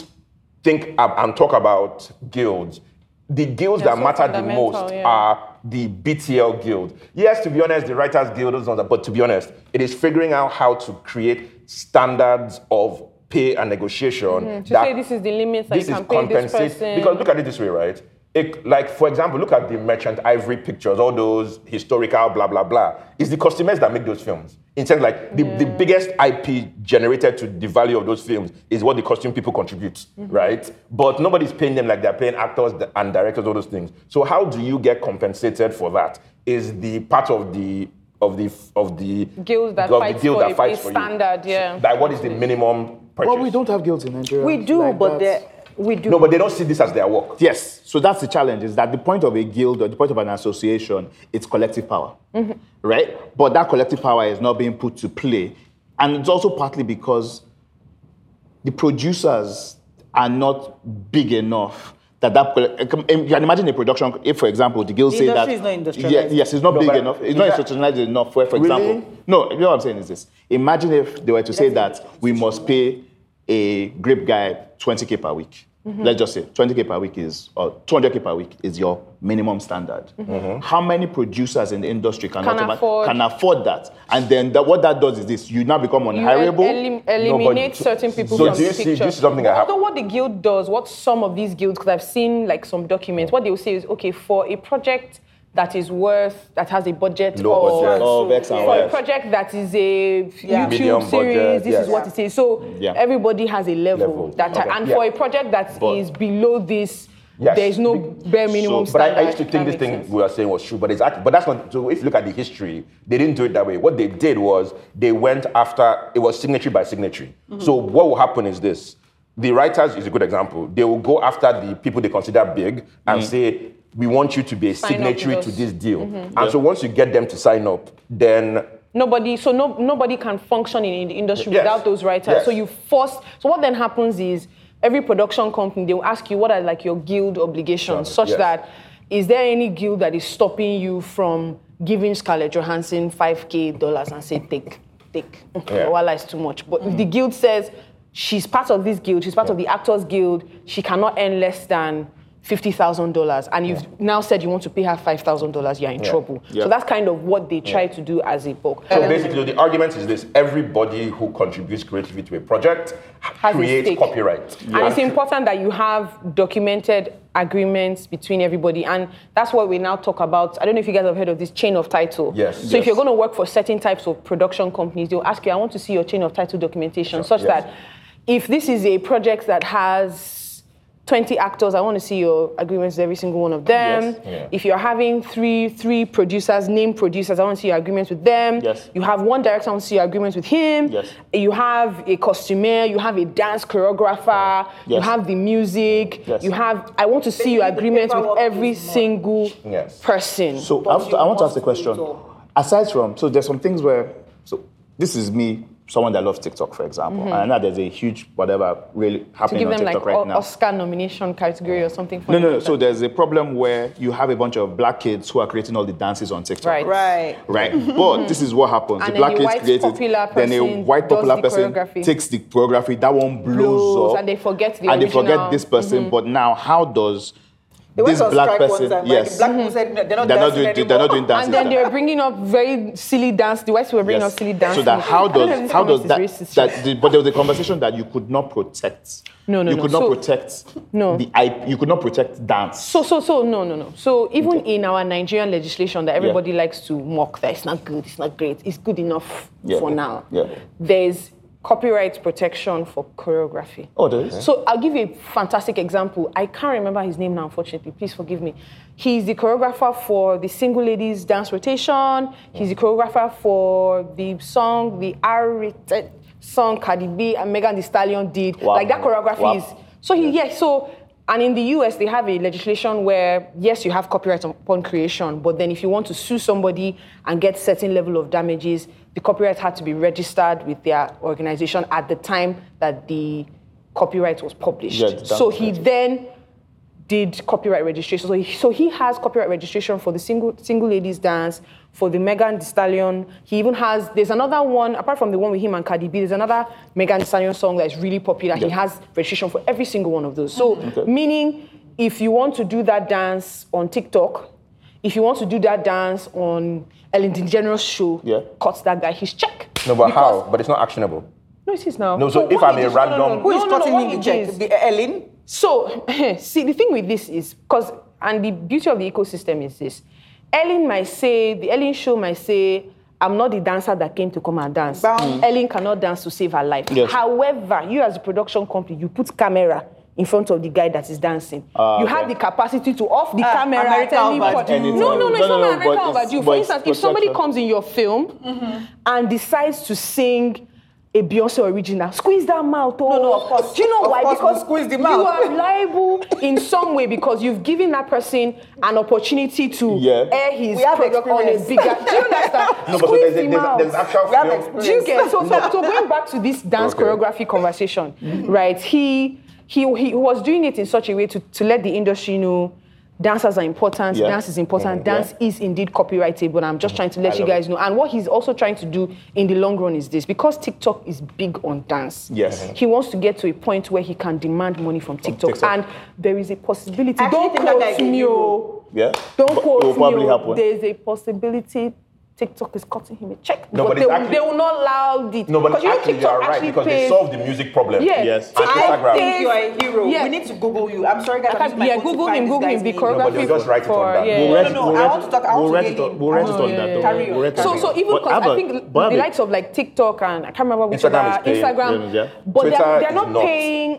Speaker 2: think ab- and talk about guilds, the guilds
Speaker 5: They're
Speaker 2: that
Speaker 5: so
Speaker 2: matter the
Speaker 5: fundamental,
Speaker 2: most
Speaker 5: yeah.
Speaker 2: are the BTL guild. Yes, to be honest, the Writers Guild is on that, but to be honest, it is figuring out how to create standards of pay and negotiation
Speaker 5: Mm-hmm. To say this is the limit that
Speaker 2: this
Speaker 5: you
Speaker 2: is
Speaker 5: can pay this
Speaker 2: compensate
Speaker 5: person.
Speaker 2: because look at it this way, right? It, like for example, look at the Merchant Ivory pictures, all those historical blah blah blah. It's the customers that make those films. In terms like the, the biggest IP generated to the value of those films is what the costume people contribute,
Speaker 5: Mm-hmm.
Speaker 2: right? But nobody's paying them like they're paying actors and directors, all those things. So how do you get compensated for that? Is the part of the of the of the
Speaker 5: Guild that
Speaker 2: of the
Speaker 5: fights
Speaker 2: guild
Speaker 5: for
Speaker 2: that
Speaker 5: it,
Speaker 2: fights
Speaker 5: the
Speaker 2: for you.
Speaker 5: standard, yeah.
Speaker 2: Like what is the minimum purchase?
Speaker 4: Well, we don't have guilt in Nigeria.
Speaker 3: We do,
Speaker 4: like
Speaker 3: but
Speaker 4: that.
Speaker 3: the, we do.
Speaker 2: No, but they don't see this as their work.
Speaker 4: Yes. So that's the challenge is that the point of a guild or the point of an association, it's collective power. Right? But that collective power is not being put to play. And it's also partly because the producers are not big enough. That that eh, you can imagine a production. If, for example, the guild
Speaker 3: The
Speaker 4: say that
Speaker 3: industry is not industrialized.
Speaker 4: Yeah, yes, it's not
Speaker 2: No,
Speaker 4: big
Speaker 2: but
Speaker 4: enough. It's
Speaker 2: is
Speaker 4: not
Speaker 2: that-
Speaker 4: institutionalized enough. Where, for example, no. You know what I'm saying is this: Imagine if they were to say that we must pay a grape guy 20k per week.
Speaker 5: Mm-hmm.
Speaker 4: Let's just say 20k per week is or 200k per week is your minimum standard. How many producers in the industry can,
Speaker 5: Mm-hmm. Can
Speaker 4: automa-
Speaker 5: afford-
Speaker 4: can afford that? And then that, what that does is this: you now become
Speaker 5: You el-
Speaker 4: unhireable.
Speaker 5: elim- eliminate
Speaker 2: so-
Speaker 5: certain people
Speaker 2: so
Speaker 5: from
Speaker 2: do you
Speaker 5: the
Speaker 2: see-
Speaker 5: picture.
Speaker 2: this is something that hap-
Speaker 5: Although what the guild does, what some of these guilds, because I've seen like some documents, what they will say is okay for a project that is worth that has a budget
Speaker 2: Low
Speaker 5: of
Speaker 2: budget.
Speaker 4: Oh, Vex and
Speaker 5: for a
Speaker 4: Wes.
Speaker 5: project that is a
Speaker 3: Yeah.
Speaker 5: YouTube
Speaker 2: Medium budget,
Speaker 5: series, this
Speaker 2: yes.
Speaker 5: is what it is. So
Speaker 4: Yeah.
Speaker 5: everybody has a level,
Speaker 2: Level.
Speaker 5: that,
Speaker 2: Okay.
Speaker 5: and for
Speaker 2: Yeah.
Speaker 5: a project that is
Speaker 4: But-
Speaker 5: below this,
Speaker 2: Yes.
Speaker 5: there is no
Speaker 2: Be-
Speaker 5: bare minimum
Speaker 2: So- but I,
Speaker 5: standard.
Speaker 2: I used to think
Speaker 5: That
Speaker 2: this
Speaker 5: makes
Speaker 2: thing
Speaker 5: sense.
Speaker 2: we were saying was true, but it's actually, but that's not. So if you look at the history, they didn't do it that way. What they did was they went after it was signatory by signatory.
Speaker 5: Mm-hmm.
Speaker 2: So what will happen is this: the writers is a good example. They will go after the people they consider big and say. We want you to be a
Speaker 5: Mm. Sign up to
Speaker 2: signatory to
Speaker 5: those." Mm-hmm.
Speaker 2: this deal. And so once you get them to sign up, then
Speaker 5: Nobody, so no, nobody can function in the industry
Speaker 2: Yes.
Speaker 5: without those writers.
Speaker 2: Yes.
Speaker 5: So you force. So what then happens is every production company they will ask you what are like your guild obligations,
Speaker 2: Sure.
Speaker 5: such
Speaker 2: Yes.
Speaker 5: that is there any guild that is stopping you from giving Scarlett Johansson five k dollars and say take, take.
Speaker 2: Yeah.
Speaker 5: Yeah. is too much. But if the guild says she's part of this guild, she's part of the actors guild, she cannot earn less than. Fifty thousand dollars, and you've now said you want to pay her five thousand dollars. You're in
Speaker 2: Yeah.
Speaker 5: trouble.
Speaker 4: Yeah.
Speaker 5: So that's kind of what they try to do as a book.
Speaker 2: So basically, the argument is this: everybody who contributes creatively to a project
Speaker 5: Has a
Speaker 2: creates
Speaker 5: stake.
Speaker 2: copyright.
Speaker 5: And it's important that you have documented agreements between everybody. And that's what we now talk about. I don't know if you guys have heard of this chain of title.
Speaker 2: Yes,
Speaker 5: So
Speaker 2: yes.
Speaker 5: if you're going to work for certain types of production companies, they'll ask you, I want to see your chain of title documentation, such
Speaker 2: yes.
Speaker 5: that if this is a project that has 20 actors, I want to see your agreements with every single one of them.
Speaker 4: Yes.
Speaker 2: Yeah.
Speaker 5: If you're having three three producers, name producers, I want to see your agreements with them.
Speaker 4: Yes.
Speaker 5: You have one director, I want to see your agreements with him.
Speaker 4: Yes.
Speaker 5: You have a costumer, you have a dance choreographer, you
Speaker 4: Yes.
Speaker 5: have the music,
Speaker 4: Yes.
Speaker 5: you have. I want to see
Speaker 3: Basically,
Speaker 5: your
Speaker 3: the
Speaker 5: agreement with
Speaker 3: paperwork
Speaker 5: every
Speaker 3: is more.
Speaker 5: single
Speaker 2: Yes.
Speaker 5: person.
Speaker 4: So I,
Speaker 3: But
Speaker 4: have to-
Speaker 3: you
Speaker 4: I want to ask
Speaker 3: must
Speaker 4: a question.
Speaker 3: do it all.
Speaker 4: Aside from, so there's some things where, so this is me, someone that loves TikTok, for example. And I know there's a huge whatever really
Speaker 5: Mm-hmm. to
Speaker 4: happening
Speaker 5: give
Speaker 4: on
Speaker 5: them like
Speaker 4: TikTok right
Speaker 5: O-
Speaker 4: now.
Speaker 5: Oscar nomination category or something.
Speaker 4: No, no, no. So there's a problem where you have a bunch of black kids who are creating all the dances on TikTok.
Speaker 5: Right.
Speaker 3: right.
Speaker 4: Right. But this is what happens.
Speaker 5: And
Speaker 4: the black
Speaker 5: then the
Speaker 4: kids
Speaker 5: white
Speaker 4: create
Speaker 5: popular
Speaker 4: it. Then a
Speaker 5: person
Speaker 4: white
Speaker 5: does
Speaker 4: popular
Speaker 5: the
Speaker 4: person
Speaker 5: choreography.
Speaker 4: takes the choreography. That one blows,
Speaker 5: Blows,
Speaker 4: up.
Speaker 5: and they forget the
Speaker 4: And they forget
Speaker 5: original. Mm-hmm.
Speaker 4: this person. But now, how does
Speaker 3: They went
Speaker 4: this
Speaker 3: on
Speaker 4: black
Speaker 3: strike
Speaker 4: person?
Speaker 3: one time. Yes.
Speaker 4: yes.
Speaker 3: Like, the black people said they're not,
Speaker 4: They're not
Speaker 3: dancing
Speaker 4: doing- they're
Speaker 3: anymore.
Speaker 4: not doing dances
Speaker 5: And then
Speaker 4: like
Speaker 5: they're bringing up very silly dance. The whites were bringing
Speaker 4: Yes.
Speaker 5: up silly dance.
Speaker 4: So that how does how does that,
Speaker 5: that
Speaker 4: that the, but there was a conversation that you could not protect.
Speaker 5: No, no,
Speaker 4: You
Speaker 5: no.
Speaker 4: could not
Speaker 5: So-
Speaker 4: protect
Speaker 5: No.
Speaker 4: the IP, you could not protect dance.
Speaker 5: So, so, so, no, no, no. So, even in our Nigerian legislation that everybody
Speaker 4: Yeah.
Speaker 5: likes to mock that it's not good, it's not great, it's good enough
Speaker 4: Yeah.
Speaker 5: for now.
Speaker 4: Yeah.
Speaker 5: There's copyright protection for choreography.
Speaker 4: Oh, there is.
Speaker 5: So, I'll give you a fantastic example. I can't remember his name now, unfortunately. Please forgive me. He's the choreographer for the Single Ladies Dance Rotation, he's the choreographer for the song, the R rated song Cardi B and Megan Thee Stallion did.
Speaker 4: Wow.
Speaker 5: Like, that choreography
Speaker 4: Wow.
Speaker 5: is. So he, yeah, so, and in the US, they have a legislation where, yes, you have copyright upon creation, but then if you want to sue somebody and get certain level of damages, the copyright had to be registered with their organization at the time that the copyright was published.
Speaker 4: Yeah, that's
Speaker 5: so he
Speaker 4: right.
Speaker 5: then did copyright registration. So he, so he has copyright registration for the single single ladies dance, for the Megan Thee Stallion. He even has there's another one apart from the one with him and Cardi B. There's another Megan Thee Stallion song that is really popular. He has registration for every single one of those. So
Speaker 2: Mm-hmm.
Speaker 5: meaning, if you want to do that dance on TikTok, if you want to do that dance on Ellen DeGeneres show,
Speaker 4: Yeah.
Speaker 5: cut that guy his check.
Speaker 2: No, but
Speaker 5: Because-
Speaker 2: how? But it's not actionable.
Speaker 5: No, it is now.
Speaker 2: No, so if
Speaker 5: what
Speaker 2: I'm
Speaker 5: it
Speaker 2: a
Speaker 5: is- no, no, no,
Speaker 2: random-
Speaker 5: no,
Speaker 3: Who is
Speaker 5: no, no, no,
Speaker 3: cutting
Speaker 5: what
Speaker 3: in the
Speaker 5: it
Speaker 3: check?
Speaker 5: is-
Speaker 3: The uh, Ellen?
Speaker 5: so, see, the thing with this is because, and the beauty of the ecosystem is this Ellen might say, the Ellen show might say, I'm not the dancer that came to come and dance.
Speaker 3: Bam. Mm.
Speaker 5: Ellen cannot dance to save her life.
Speaker 4: Yes.
Speaker 5: However, you as a production company, you put camera in front of the guy that is dancing. you have the capacity to off the
Speaker 3: Ah,
Speaker 5: camera at
Speaker 3: American
Speaker 5: any point.
Speaker 3: overdue.
Speaker 5: No, no, no, it's
Speaker 4: No, no,
Speaker 5: not
Speaker 4: no,
Speaker 5: an American
Speaker 4: but it's-
Speaker 5: overdue.
Speaker 4: but
Speaker 5: For
Speaker 4: it's
Speaker 5: instance, if somebody
Speaker 4: protection.
Speaker 5: comes in your film and decides to sing a Beyonce original, squeeze that mouth. Oh.
Speaker 3: No, no, of course.
Speaker 5: Do you know
Speaker 3: Of
Speaker 5: why?
Speaker 3: course we'll
Speaker 5: because
Speaker 3: squeeze the
Speaker 5: you
Speaker 3: mouth.
Speaker 5: are liable in some way because you've given that person an opportunity to
Speaker 4: Yeah.
Speaker 5: air his
Speaker 3: We have
Speaker 5: product on a
Speaker 3: experience.
Speaker 5: bigger. Do you understand?
Speaker 2: No, but so
Speaker 5: Squeeze
Speaker 2: there's,
Speaker 5: the
Speaker 2: a, there's, a,
Speaker 5: mouth.
Speaker 2: there's actual
Speaker 3: have
Speaker 2: film.
Speaker 3: experience.
Speaker 5: Do you get so, so, so going back to this dance
Speaker 2: Okay.
Speaker 5: choreography conversation,
Speaker 4: Mm-hmm.
Speaker 5: right? He, he he was doing it in such a way to, to let the industry know dancers are important,
Speaker 4: Yeah. Mm-hmm.
Speaker 5: dance is important, dance is indeed copyrightable. And I'm just trying to let you guys know. And what he's also trying to do in the long run is this because TikTok is big on dance.
Speaker 4: Yes. Mhm.
Speaker 5: He wants to get to a point where he can demand money from TikTok.
Speaker 4: TikTok.
Speaker 5: And there is a possibility.
Speaker 3: I actually
Speaker 5: Don't
Speaker 3: think that guy
Speaker 5: quote
Speaker 3: is a
Speaker 5: me.
Speaker 3: hero.
Speaker 5: oh.
Speaker 4: Yeah.
Speaker 5: Don't
Speaker 4: But
Speaker 5: quote
Speaker 4: It will probably
Speaker 5: me. oh,
Speaker 4: happen.
Speaker 5: There's a possibility TikTok is cutting him a check.
Speaker 2: No, but it's
Speaker 5: because they, will-
Speaker 2: actually-
Speaker 5: they will not allow the.
Speaker 2: No, but
Speaker 5: because you know
Speaker 2: actually, you
Speaker 5: TikTok
Speaker 2: are right
Speaker 5: actually
Speaker 2: because they
Speaker 5: pays-
Speaker 2: solved the music problem.
Speaker 5: Yeah.
Speaker 4: Yes.
Speaker 2: And
Speaker 5: I
Speaker 2: Instagram.
Speaker 5: think-
Speaker 3: You are a hero.
Speaker 5: Yeah.
Speaker 3: We need to Google you. I'm sorry, guys.
Speaker 5: I
Speaker 3: I'm
Speaker 5: can't-
Speaker 3: using my
Speaker 5: yeah,
Speaker 3: phone to
Speaker 5: Google
Speaker 3: find
Speaker 5: him.
Speaker 3: this
Speaker 5: Google
Speaker 3: guy's
Speaker 5: him. The
Speaker 3: name.
Speaker 2: No, but they'll
Speaker 5: choreography
Speaker 2: just write it on
Speaker 5: for
Speaker 2: that.
Speaker 5: yeah.
Speaker 4: We'll
Speaker 3: No,
Speaker 4: rest-
Speaker 3: no, no.
Speaker 4: we'll
Speaker 3: I
Speaker 4: rest-
Speaker 3: want to talk. I
Speaker 4: we'll
Speaker 3: want to
Speaker 4: rest
Speaker 3: hear
Speaker 4: it on-
Speaker 3: him.
Speaker 4: We'll
Speaker 3: I
Speaker 4: rest it
Speaker 3: want
Speaker 4: on
Speaker 3: to
Speaker 4: that.
Speaker 3: hear
Speaker 4: don't
Speaker 3: him.
Speaker 5: Carry
Speaker 4: worry.
Speaker 5: on.
Speaker 4: We'll rest it
Speaker 5: So,
Speaker 4: on
Speaker 5: so
Speaker 4: that.
Speaker 5: even
Speaker 4: But
Speaker 5: because I
Speaker 4: Abba-
Speaker 5: think
Speaker 4: but Abba-
Speaker 5: the likes of like TikTok and I can't remember which
Speaker 2: Instagram is
Speaker 5: other-
Speaker 2: paying.
Speaker 5: Instagram,
Speaker 4: Yeah.
Speaker 5: but they're,
Speaker 2: Twitter
Speaker 5: they're
Speaker 2: is
Speaker 5: not
Speaker 2: not.
Speaker 5: paying.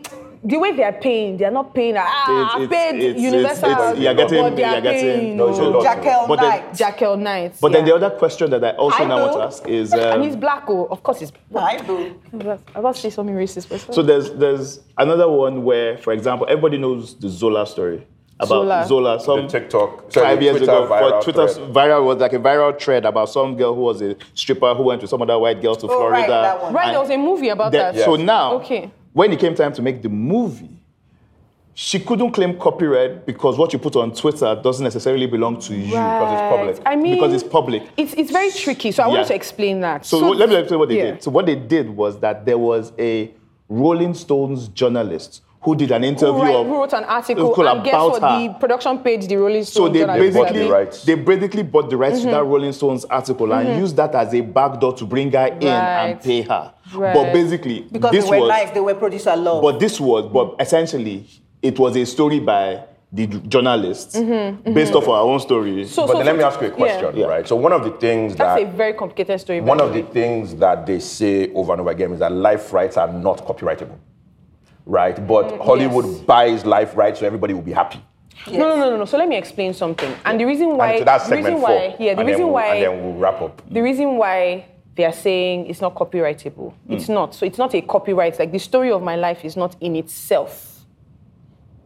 Speaker 5: The way they are paying, they are not paying. like, Ah,
Speaker 4: It's- it's-
Speaker 5: paid
Speaker 4: it's- it's-
Speaker 5: universal.
Speaker 4: it's-
Speaker 2: you're getting-
Speaker 5: but they are
Speaker 4: you're getting-
Speaker 5: paying.
Speaker 2: No, it's a
Speaker 5: oh,
Speaker 2: lot.
Speaker 3: Jaquel
Speaker 4: But then-
Speaker 3: Knight.
Speaker 5: Jaquel Knight.
Speaker 4: But then
Speaker 5: yeah.
Speaker 4: the other question that I also
Speaker 3: I
Speaker 4: now want
Speaker 3: know.
Speaker 4: to ask is,
Speaker 5: and
Speaker 4: um,
Speaker 5: he's black. Oh, of course he's.
Speaker 3: I do.
Speaker 5: I was say something racist. but it's
Speaker 4: so there's there's another one where, for example, everybody knows the Zola story about
Speaker 5: Zola.
Speaker 4: Zola. Some
Speaker 2: The TikTok- sorry,
Speaker 4: five years
Speaker 2: Twitter
Speaker 4: ago,
Speaker 2: viral
Speaker 4: for Twitter's
Speaker 2: thread.
Speaker 4: viral was like a viral thread about some girl who was a stripper who went with some other white girls to
Speaker 3: Oh, right,
Speaker 4: Florida.
Speaker 3: that one.
Speaker 5: Right,
Speaker 4: And
Speaker 5: there was a movie about
Speaker 4: that-
Speaker 5: that.
Speaker 4: So now,
Speaker 5: Okay.
Speaker 4: when it came time to make the movie, she couldn't claim copyright because what you put on Twitter doesn't necessarily belong to you.
Speaker 2: because it's public.
Speaker 5: I mean,
Speaker 4: Because it's public.
Speaker 5: It's, it's very tricky, so I
Speaker 4: Yeah.
Speaker 5: want to explain that.
Speaker 4: So, let me explain what they
Speaker 5: yeah.
Speaker 4: did. So what they did was that there was a Rolling Stones journalist who did an interview
Speaker 5: who, write-
Speaker 4: of,
Speaker 5: who wrote an article
Speaker 4: article
Speaker 5: and guess
Speaker 4: about
Speaker 5: what?
Speaker 4: her.
Speaker 5: The production page, the Rolling
Speaker 4: so
Speaker 5: Stone
Speaker 4: they
Speaker 5: journalist Mm-hmm.
Speaker 2: bought
Speaker 4: basically
Speaker 2: the
Speaker 5: said-
Speaker 2: rights.
Speaker 4: they basically bought the rights to that Rolling Stones article and used that as a backdoor to bring her in and
Speaker 5: Mm-hmm. Right.
Speaker 4: pay her. But
Speaker 5: Right.
Speaker 4: basically,
Speaker 3: Because
Speaker 4: this
Speaker 3: they were
Speaker 4: was
Speaker 3: nice. They were producer love.
Speaker 4: But this was, but essentially, it was a story by the journalist based off our own story.
Speaker 5: Mm-hmm. So,
Speaker 2: But
Speaker 5: so-
Speaker 2: then let me
Speaker 5: so-
Speaker 2: ask you a question,
Speaker 5: yeah.
Speaker 4: Yeah.
Speaker 2: right? So one of the things
Speaker 5: That's a
Speaker 2: that
Speaker 5: very complicated story. by
Speaker 2: one
Speaker 5: the
Speaker 2: of
Speaker 5: way.
Speaker 2: the things that they say over and over again is that life rights are not copyrightable, right? But Hollywood
Speaker 5: Mm, yes.
Speaker 2: buys life rights, so everybody will be happy.
Speaker 5: No, no, no, no, no. So let me explain something. And the reason why,
Speaker 2: and so that's
Speaker 5: the
Speaker 2: segment
Speaker 5: reason
Speaker 2: four.
Speaker 5: why, yeah, the
Speaker 2: and then
Speaker 5: reason
Speaker 2: we'll-
Speaker 5: why,
Speaker 2: and then we'll wrap up.
Speaker 5: the reason why they are saying it's not copyrightable.
Speaker 2: Hmm.
Speaker 5: It's not. So it's not a copyright. Like the story of my life is not in itself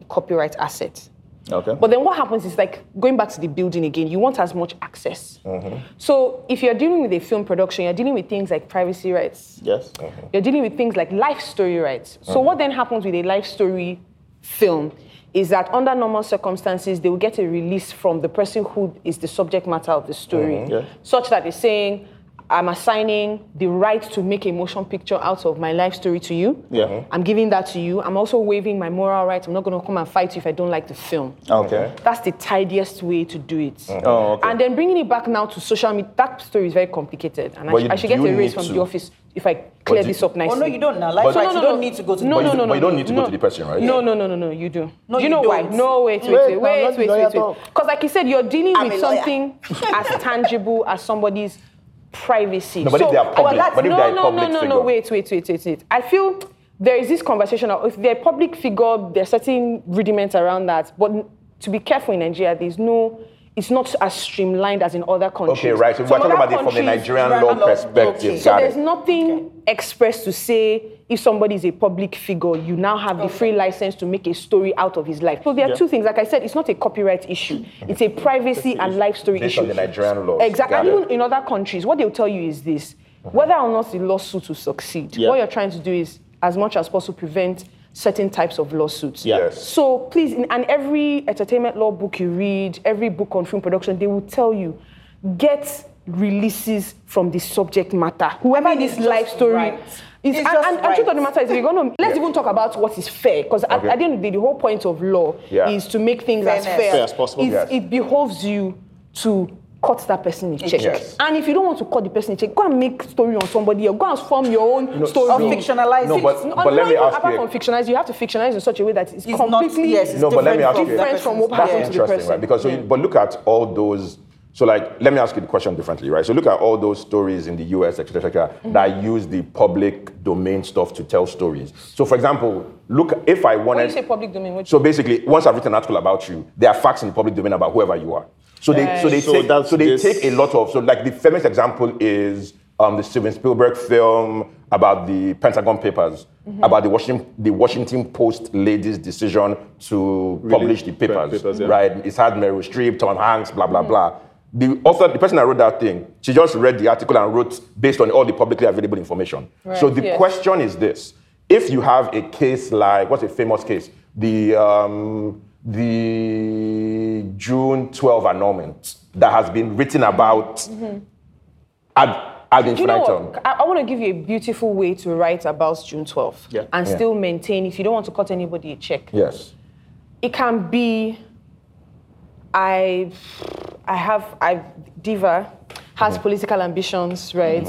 Speaker 5: a copyright asset.
Speaker 4: okay.
Speaker 5: But then what happens is like going back to the building again, you want as much access.
Speaker 4: Mm-hmm.
Speaker 5: So if you're dealing with a film production, you're dealing with things like privacy rights,
Speaker 4: yes.
Speaker 5: you're dealing with things like life story rights. So
Speaker 4: Mm-hmm.
Speaker 5: what then happens with a life story film is that under normal circumstances, they will get a release from the person who is the subject matter of the story,
Speaker 4: Mm-hmm. Yeah.
Speaker 5: such that they're saying, I'm assigning the right to make a motion picture out of my life story to you.
Speaker 4: Yeah. Mhm.
Speaker 5: I'm giving that to you. I'm also waiving my moral rights. I'm not going to come and fight you if I don't like the film.
Speaker 4: Okay.
Speaker 5: That's the tidiest way to do it.
Speaker 4: Oh, okay.
Speaker 5: And then bringing it back now to social media, that story is very complicated. And I,
Speaker 2: But
Speaker 5: sh-
Speaker 2: you-
Speaker 5: I should
Speaker 2: do
Speaker 5: get
Speaker 2: you
Speaker 5: a raise
Speaker 2: need
Speaker 5: from
Speaker 2: to-
Speaker 5: the office if I clear
Speaker 2: do-
Speaker 5: this up nicely.
Speaker 3: Oh no, you don't now. Like,
Speaker 2: But-
Speaker 3: right, you don't need to go to.
Speaker 5: No,
Speaker 3: the
Speaker 5: no,
Speaker 2: you-
Speaker 5: no, no.
Speaker 2: but you don't
Speaker 5: no,
Speaker 2: need to go
Speaker 5: no.
Speaker 2: to the person, right?
Speaker 5: No, no, no, no, no. You do.
Speaker 3: No,
Speaker 5: do
Speaker 3: you
Speaker 5: you know why?
Speaker 3: don't.
Speaker 5: No, wait, wait,
Speaker 4: Wait,
Speaker 5: wait,
Speaker 4: I'm
Speaker 5: wait,
Speaker 4: not
Speaker 5: wait,
Speaker 4: lawyer
Speaker 5: wait,
Speaker 4: dog.
Speaker 5: wait. Because, like you said, you're dealing
Speaker 3: I'm
Speaker 5: with
Speaker 3: a lawyer.
Speaker 5: something as tangible as somebody's privacy.
Speaker 2: No, but if
Speaker 5: So- oh,
Speaker 2: they are public-
Speaker 5: that's-
Speaker 2: but if
Speaker 5: no,
Speaker 2: they are a
Speaker 5: no,
Speaker 2: public
Speaker 5: no, no,
Speaker 2: figure.
Speaker 5: no. Wait, wait, wait, wait, wait. I feel there is this conversation of if they're a public figure, there are certain rudiments around that. But n- to be careful in Nigeria, there's no. It's not as streamlined as in other countries.
Speaker 2: Okay, right. So we're
Speaker 5: Some
Speaker 2: talking
Speaker 5: other
Speaker 2: about it from the
Speaker 5: countries-
Speaker 2: Nigerian
Speaker 3: Nigerian
Speaker 2: law
Speaker 3: law.
Speaker 2: perspective.
Speaker 3: Okay.
Speaker 5: so
Speaker 2: Got
Speaker 5: there's
Speaker 2: it.
Speaker 5: nothing express to say if somebody is a public figure, you now have the free license to make a story out of his life. So there are
Speaker 4: Yeah.
Speaker 5: two things. Like I said, it's not a copyright issue. It's a privacy and life story
Speaker 2: Based
Speaker 5: issue.
Speaker 2: on the Nigerian laws.
Speaker 5: Exactly.
Speaker 2: Got
Speaker 5: And
Speaker 2: it.
Speaker 5: even in other countries, what they'll tell you is this: whether or not the lawsuit will succeed,
Speaker 4: Yeah.
Speaker 5: what you're trying to do is, as much as possible, prevent certain types of lawsuits.
Speaker 4: Yeah.
Speaker 2: Yes.
Speaker 5: So please, in, and every entertainment law book you read, every book on film production, they will tell you, get releases from the subject matter. Whoever
Speaker 3: It's
Speaker 5: this
Speaker 3: just
Speaker 5: life story.
Speaker 3: right.
Speaker 5: Is,
Speaker 3: It's
Speaker 5: and,
Speaker 3: just
Speaker 5: and, and truth of the
Speaker 3: right.
Speaker 5: matter is, if you're gonna let's even talk about what is fair, because at,
Speaker 2: Okay.
Speaker 5: at the end of the day, the whole point of law
Speaker 2: Yeah.
Speaker 5: is to make things as
Speaker 3: Fairness.
Speaker 5: fair,
Speaker 4: Fair as possible.
Speaker 5: It's-
Speaker 2: Yes.
Speaker 5: It behoves you to cut that person in check.
Speaker 2: Yes.
Speaker 5: And if you don't want to cut the person in check, go and make story on somebody else. Go and form your own story.
Speaker 3: Or fictionalize
Speaker 2: No,
Speaker 3: it.
Speaker 2: but-
Speaker 5: No,
Speaker 2: let me
Speaker 5: even
Speaker 2: ask
Speaker 5: apart
Speaker 2: you-
Speaker 5: from fictionalize, you have to fictionalize in such a way that it's,
Speaker 3: It's not-
Speaker 5: completely
Speaker 3: yes, it's
Speaker 2: No, but let me ask you-
Speaker 3: that
Speaker 5: different from what
Speaker 3: person's
Speaker 2: That's
Speaker 5: happened to the
Speaker 2: interesting,
Speaker 5: person.
Speaker 2: right? Because so you, but look at all those. So like, let me ask you the question differently, right? So look at all those stories in the U.S., etc., etc.,
Speaker 5: Mm-hmm.
Speaker 2: that use the public domain stuff to tell stories. So for example, look if I wanted.
Speaker 5: when you say public domain, what
Speaker 2: So basically, once I've written an article about you, there are facts in the public domain about whoever you are. So they, so they,
Speaker 4: So
Speaker 2: take,
Speaker 4: that's
Speaker 2: so they
Speaker 4: this-
Speaker 2: take a lot of. So like the famous example is um, the Steven Spielberg film about the Pentagon Papers,
Speaker 4: Mm-hmm.
Speaker 2: about the Washington, the Washington Post lady's decision to publish the
Speaker 4: pa-
Speaker 2: papers,
Speaker 4: papers, yeah.
Speaker 2: right? It's had Meryl Streep, Tom Hanks, blah blah blah. The author, the person that wrote that thing, she just read the article and wrote based on all the publicly available information. So
Speaker 5: Right,
Speaker 2: the
Speaker 5: yes.
Speaker 2: question question is this: If you have a case like what's a famous case, the um, the June 12 annulment that has been written about ad, ad
Speaker 5: Mm-hmm. you know
Speaker 2: infinitum.
Speaker 5: what? I, want to give you a beautiful way to write about June 12th
Speaker 4: Yeah.
Speaker 5: and
Speaker 2: Yeah.
Speaker 5: still maintain, if you don't want to cut anybody a check,
Speaker 2: Yes.
Speaker 5: it can be i i have i diva has political ambitions right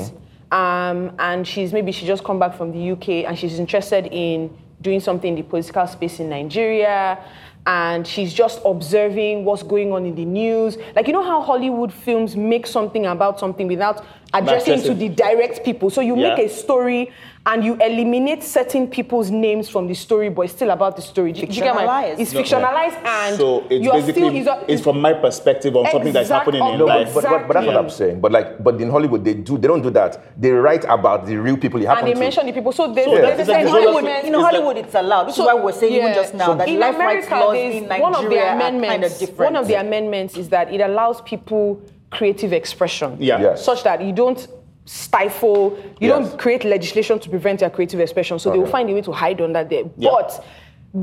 Speaker 5: um, and she's maybe she just come back from the uk and she's interested in doing something in the political space in nigeria and she's just observing what's going on in the news like you know how hollywood films make something about something without addressing to
Speaker 4: Addressing.
Speaker 5: the direct people so you
Speaker 4: Yeah.
Speaker 5: make a story and you eliminate certain people's names from the story but it's still about the story Do you- do you get my
Speaker 3: Fictionalized.
Speaker 5: it's fictionalized and
Speaker 4: so it's
Speaker 5: you are
Speaker 4: basically
Speaker 5: still is a-
Speaker 4: it's from my perspective on something that's
Speaker 5: Exact-
Speaker 4: happening in
Speaker 5: No,
Speaker 4: life.
Speaker 2: But, but, but that's what I'm saying. But like, but in Hollywood, they do. They don't do that. They write about the real people it
Speaker 5: and
Speaker 2: happened
Speaker 5: they
Speaker 2: to.
Speaker 5: mention the people so they
Speaker 4: So
Speaker 5: there's
Speaker 4: that's
Speaker 5: a
Speaker 4: exactly-
Speaker 3: In
Speaker 4: It's like-
Speaker 3: Hollywood,
Speaker 5: entitlement.
Speaker 4: it's
Speaker 3: in Hollywood, it's allowed. Which is why we we're saying even
Speaker 5: yeah.
Speaker 3: just now that
Speaker 5: in
Speaker 3: life rights
Speaker 5: America,
Speaker 3: laws
Speaker 5: there's-
Speaker 3: in
Speaker 5: one of the
Speaker 3: Nigeria are
Speaker 5: amendments,
Speaker 3: kind of different.
Speaker 5: One of the amendments is that it allows people creative expression.
Speaker 4: Yeah.
Speaker 2: Yes.
Speaker 5: Such that you don't stifle, you
Speaker 2: Yes.
Speaker 5: don't create legislation to prevent their creative expression. So they will
Speaker 2: Okay.
Speaker 5: find a way to hide under there.
Speaker 4: Yeah.
Speaker 5: But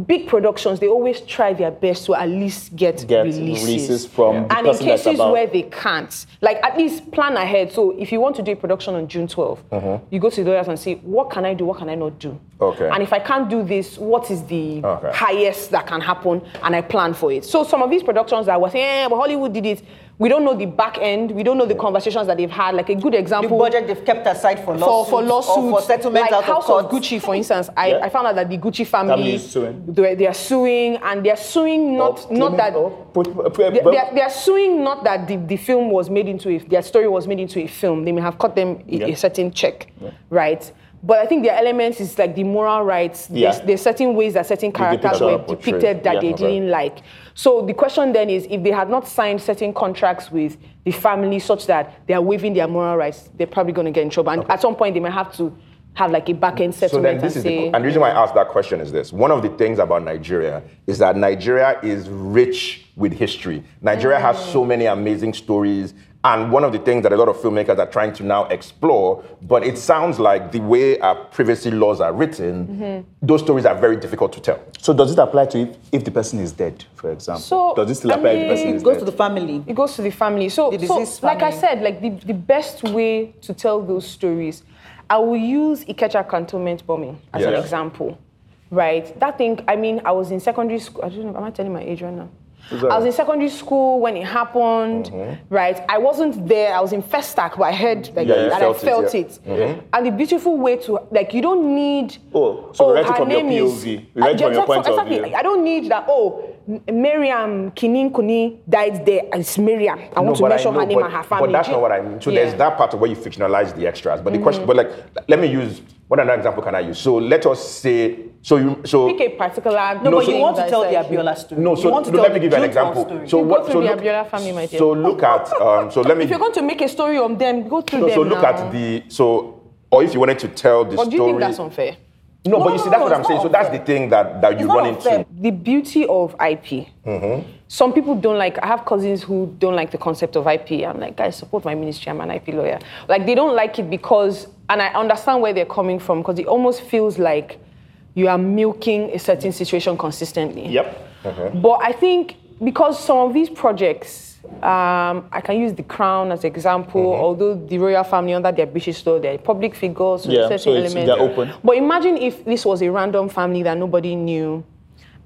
Speaker 5: big productions, they always try their best to at least get,
Speaker 4: Get
Speaker 5: releases.
Speaker 4: releases from the
Speaker 5: and in
Speaker 4: person that's
Speaker 5: cases
Speaker 4: about-
Speaker 5: where they can't, like at least plan ahead. So if you want to do a production on June 12th,
Speaker 4: Uh-huh.
Speaker 5: you go to the lawyers and say, what can I do? What can I not do?
Speaker 2: Okay.
Speaker 5: And if I can't do this, what is the
Speaker 2: Okay.
Speaker 5: highest that can happen? And I plan for it. So some of these productions that were saying, eh, but Hollywood did it. We don't know the back end. We don't know the conversations that they've had. Like a good
Speaker 3: the
Speaker 5: example
Speaker 3: budget they've kept aside for
Speaker 5: for,
Speaker 3: lawsuits,
Speaker 5: for lawsuits,
Speaker 3: or for settlements
Speaker 5: like
Speaker 3: out
Speaker 5: House
Speaker 3: of court.
Speaker 5: Gucci, for instance. I,
Speaker 4: Yeah.
Speaker 5: I found out that the Gucci family,
Speaker 4: Family is suing.
Speaker 5: They, they are suing, and they are suing not not that. They, they are, they are suing not that the, the film was made into a their story was made into a film. They may have cut them a, a
Speaker 4: Yeah.
Speaker 5: certain check, right? But I think their elements is like the moral rights.
Speaker 4: Yeah.
Speaker 5: There's, there's certain ways that certain characters
Speaker 4: depiction
Speaker 5: were
Speaker 4: are portrayed.
Speaker 5: depicted that
Speaker 4: Yeah.
Speaker 5: they
Speaker 4: Okay.
Speaker 5: didn't like. So the question then is, if they had not signed certain contracts with the family such that they are waiving their moral rights, they're probably going to get in trouble. And at some point, they might have to have like a back end
Speaker 2: So
Speaker 5: settlement
Speaker 2: then this
Speaker 5: and
Speaker 2: is
Speaker 5: say,
Speaker 2: the, and the reason why I asked that question is this. One of the things about Nigeria is that Nigeria is rich with history. Nigeria has
Speaker 5: Mm.
Speaker 2: so many amazing stories. And one of the things that a lot of filmmakers are trying to now explore, but it sounds like the way our privacy laws are written,
Speaker 5: Mm-hmm.
Speaker 2: those stories are very difficult to tell.
Speaker 4: So does it apply to if, if the person is dead, for example?
Speaker 5: So,
Speaker 4: does it still
Speaker 5: I
Speaker 4: apply if
Speaker 5: mean-
Speaker 4: the person
Speaker 3: It
Speaker 4: is
Speaker 3: goes
Speaker 4: dead?
Speaker 3: to the family.
Speaker 5: it goes to the family. So,
Speaker 3: Mm. The
Speaker 5: so
Speaker 3: deceased
Speaker 5: like I
Speaker 3: family.
Speaker 5: said, like the, the best way to tell those stories, I will use Ikecha cantonment bombing as an
Speaker 2: Yeah.
Speaker 5: example, right? That thing, I mean, I was in secondary school. I don't know, am I telling my age right now?
Speaker 4: that Mm-hmm.
Speaker 5: I was in secondary school when it happened, right? I wasn't there. I was in Festac, but I heard like,
Speaker 2: Yeah, you
Speaker 5: and I
Speaker 2: felt it,
Speaker 5: felt
Speaker 2: yeah.
Speaker 5: it. And the beautiful way to like, you don't need.
Speaker 4: Mm-hmm. Oh, so we write it
Speaker 5: her
Speaker 4: from your
Speaker 5: name is-
Speaker 4: POV. We write it from your point of
Speaker 5: exactly.
Speaker 4: view.
Speaker 5: I don't need that. Oh, M- Miriam Kinin Kuni died there. and It's Miriam. I want to
Speaker 2: but I
Speaker 5: mention
Speaker 2: know,
Speaker 5: her name
Speaker 2: but-
Speaker 5: and her family.
Speaker 2: But that's not what I mean. So
Speaker 5: Yeah.
Speaker 2: there's that part of where you fictionalize the extras. But the question, but like, let me use what another example can I use? So let us say, so you, so
Speaker 5: Pick a particular.
Speaker 3: No, but
Speaker 2: so-
Speaker 3: you want to tell the
Speaker 5: that is like-
Speaker 3: Abiola story.
Speaker 2: No, so
Speaker 3: you want to
Speaker 2: no,
Speaker 3: tell
Speaker 2: let me
Speaker 3: the
Speaker 2: give you an
Speaker 3: June 12
Speaker 2: example.
Speaker 3: story.
Speaker 2: So
Speaker 5: You
Speaker 2: what?
Speaker 5: go
Speaker 2: so
Speaker 5: through the
Speaker 2: look,
Speaker 5: Abiola family, my dear.
Speaker 2: So look at. Um, so let me.
Speaker 5: If you're going to make a story on them, go through
Speaker 2: no,
Speaker 5: them.
Speaker 2: so look
Speaker 5: now.
Speaker 2: at the. So or if you wanted to tell the
Speaker 5: But
Speaker 2: story.
Speaker 5: do you think that's unfair?
Speaker 2: No, but
Speaker 3: No,
Speaker 2: you see,
Speaker 3: no,
Speaker 2: that's
Speaker 3: no,
Speaker 2: what I'm
Speaker 3: it's
Speaker 2: saying.
Speaker 3: not
Speaker 2: So that's
Speaker 3: unfair.
Speaker 2: the thing that that you
Speaker 3: not
Speaker 2: run
Speaker 3: unfair.
Speaker 2: into. Mm-hmm.
Speaker 5: The beauty of IP. Some people don't like. I have cousins who don't like the concept of IP. I'm like, guys, support my ministry. I'm an IP lawyer. Like they don't like it because, and I understand where they're coming from because it almost feels like you are milking a certain situation consistently.
Speaker 4: Yep.
Speaker 6: Uh-huh.
Speaker 5: But I think because some of these projects, um, I can use the crown as example,
Speaker 6: Mm-hmm.
Speaker 5: although the royal family under their British law, they're public figures, so
Speaker 6: Yeah,
Speaker 5: certain
Speaker 6: so it's-
Speaker 5: elements.
Speaker 6: they're open.
Speaker 5: But imagine if this was a random family that nobody knew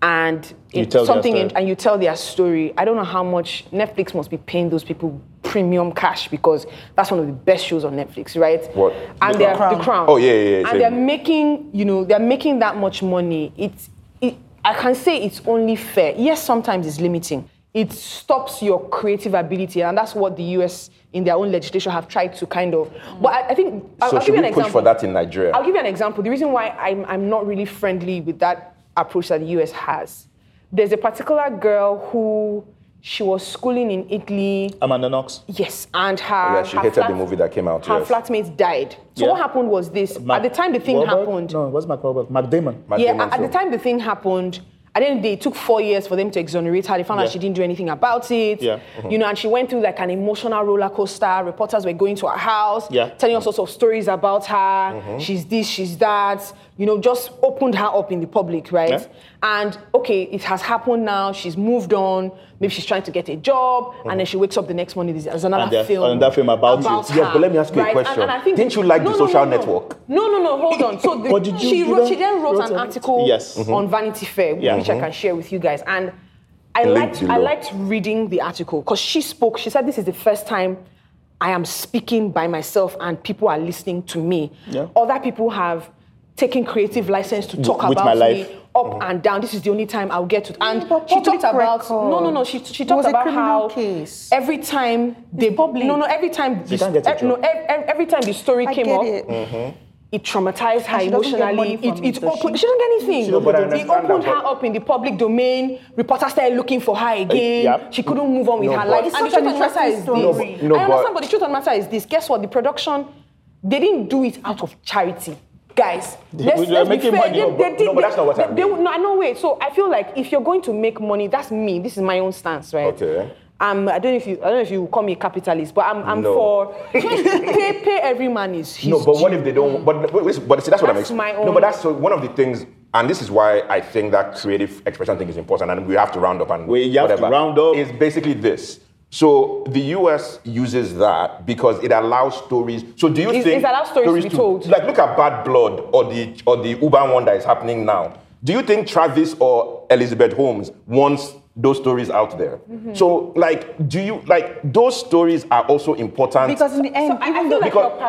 Speaker 5: and
Speaker 6: You
Speaker 5: it-
Speaker 6: tell their
Speaker 5: something in-
Speaker 6: story.
Speaker 5: and you tell their story. I don't know how much Netflix must be paying those people premium cash because that's one of the best shows on Netflix, right?
Speaker 2: What?
Speaker 5: And
Speaker 2: The
Speaker 5: they're
Speaker 3: Crown.
Speaker 5: the crown.
Speaker 2: Oh, yeah, yeah, yeah,
Speaker 5: And they're
Speaker 2: same.
Speaker 5: making you know they're making that much money it's it, i can say it's only fair yes sometimes it's limiting it stops your creative ability and that's what the us in their own legislation have tried to kind of but i, I think I'll,
Speaker 2: So
Speaker 5: I'll
Speaker 2: should
Speaker 5: give you
Speaker 2: we
Speaker 5: an
Speaker 2: push
Speaker 5: example
Speaker 2: for that in Nigeria?
Speaker 5: i'll give you an example the reason why I'm, I'm not really friendly with that approach that the us has there's a particular girl who she was schooling in italy
Speaker 6: Amanda Knox.
Speaker 5: Yes, and her.
Speaker 2: yeah, she
Speaker 5: her
Speaker 2: hated the movie that came out,
Speaker 5: Her
Speaker 2: yes.
Speaker 5: flatmate died. So
Speaker 6: Yeah.
Speaker 5: what happened was this: at the time the thing
Speaker 6: Wahlberg?
Speaker 5: happened,
Speaker 6: No, it wasn't Mark Wahlberg. Mark Damon.
Speaker 2: Matt
Speaker 5: yeah,
Speaker 2: Damon
Speaker 5: at the
Speaker 2: film.
Speaker 5: time the thing happened. At the end of the day, it took four years for them to exonerate her. They found
Speaker 6: Yeah.
Speaker 5: out she didn't do anything about it.
Speaker 6: Yeah.
Speaker 2: uh-huh.
Speaker 5: You know, and she went through like an emotional roller coaster. Reporters were going to her house,
Speaker 6: Yeah.
Speaker 5: telling all sorts of stories about her.
Speaker 2: Uh-huh.
Speaker 5: She's this, she's that. You know, just opened her up in the public, right?
Speaker 6: Yeah.
Speaker 5: And okay, it has happened now. She's moved on. Maybe she's trying to get a job,
Speaker 2: Uh-huh.
Speaker 5: and then she wakes up the next morning. There's another
Speaker 6: And there-
Speaker 5: film.
Speaker 6: another film about it.
Speaker 2: Yeah, but let me ask you a
Speaker 5: right? And-
Speaker 2: question.
Speaker 5: and I think-
Speaker 2: Didn't you like The Social Network?
Speaker 5: No, no, no. Hold on. So the,
Speaker 6: But did you-
Speaker 5: she
Speaker 6: you
Speaker 5: wrote, she
Speaker 6: don't-
Speaker 5: then wrote,
Speaker 6: wrote
Speaker 5: an
Speaker 6: an
Speaker 5: article
Speaker 6: Yes. Mm-hmm.
Speaker 5: on Vanity Fair,
Speaker 6: Yeah. Mm-hmm.
Speaker 5: which I can share with you guys. And I
Speaker 2: Link
Speaker 5: liked, I
Speaker 2: below.
Speaker 5: liked reading the article because she spoke. She said, "This is the first time I am speaking by myself, and people are listening to me.
Speaker 6: Yeah.
Speaker 5: Other people have taken creative license to talk
Speaker 6: with
Speaker 5: about
Speaker 6: my life. Mm-hmm.
Speaker 5: me." Up and down. This is the only time I'll get to. And
Speaker 3: but
Speaker 5: she talked
Speaker 3: public
Speaker 5: about no, no, no.
Speaker 3: record
Speaker 5: She, she talked
Speaker 3: was a
Speaker 5: about
Speaker 3: criminal
Speaker 5: how
Speaker 3: case.
Speaker 5: every time they
Speaker 3: public.
Speaker 5: no, no. Every time the,
Speaker 6: can't get a
Speaker 5: ev- no,
Speaker 6: job.
Speaker 5: ev- ev- every time the story
Speaker 3: I
Speaker 5: came
Speaker 3: get
Speaker 5: up,
Speaker 3: it.
Speaker 5: it traumatized her
Speaker 3: And she doesn't get
Speaker 5: emotionally.
Speaker 3: money
Speaker 5: It,
Speaker 3: from
Speaker 5: it
Speaker 3: it, does
Speaker 5: opened. She?
Speaker 3: she?
Speaker 5: didn't get anything.
Speaker 6: No, but I
Speaker 5: it
Speaker 2: understand
Speaker 5: opened
Speaker 2: that,
Speaker 5: her
Speaker 2: but-
Speaker 5: up in the public domain. Reporters started looking for her again.
Speaker 6: yeah.
Speaker 5: She couldn't move on with
Speaker 2: No,
Speaker 5: her
Speaker 2: but-
Speaker 5: life.
Speaker 2: It's
Speaker 5: and the
Speaker 3: such
Speaker 5: truth
Speaker 3: an
Speaker 5: of the matter is this.
Speaker 3: interesting
Speaker 2: No,
Speaker 3: story.
Speaker 2: no,
Speaker 5: I
Speaker 2: but-
Speaker 5: understand, but the truth of the matter is this. Guess what? The production, they didn't do it out of charity. Guys, let's,
Speaker 6: were
Speaker 5: let's be
Speaker 6: making
Speaker 5: fair.
Speaker 6: money.
Speaker 5: They-
Speaker 6: No,
Speaker 5: they
Speaker 2: but-
Speaker 5: did-
Speaker 2: no, but that's not what I
Speaker 5: they- they-
Speaker 2: mean.
Speaker 5: No, no, wait. So I feel like if you're going to make money, that's me. This is my own stance, right?
Speaker 2: Okay.
Speaker 5: I'm, I don't know if you I don't know if you call me a capitalist, but I'm, I'm
Speaker 2: No.
Speaker 5: for pay, pay every man is his
Speaker 2: No, but
Speaker 5: due.
Speaker 2: what if they don't? But wait, wait, but see, that's what I'm.
Speaker 5: That's
Speaker 2: ex-
Speaker 5: my
Speaker 2: No,
Speaker 5: own-
Speaker 2: but that's so one of the things, and this is why I think that creative expression thing is important, and we have to round up and
Speaker 6: We have to
Speaker 2: whatever.
Speaker 6: round up.
Speaker 2: Is basically this. So the U.S. uses that because it allows stories. So do you
Speaker 5: It-
Speaker 2: think
Speaker 5: it allows stories to be told.
Speaker 2: Like look at Bad Blood or the or the Uber one that is happening now. Do you think Travis or Elizabeth Holmes wants those stories out there?
Speaker 5: Mm-hmm.
Speaker 2: So like, do you like those stories are also important?
Speaker 3: Because in the
Speaker 5: So
Speaker 3: end,
Speaker 5: I, I
Speaker 3: even
Speaker 5: feel
Speaker 3: though
Speaker 5: like
Speaker 2: Because-
Speaker 5: you're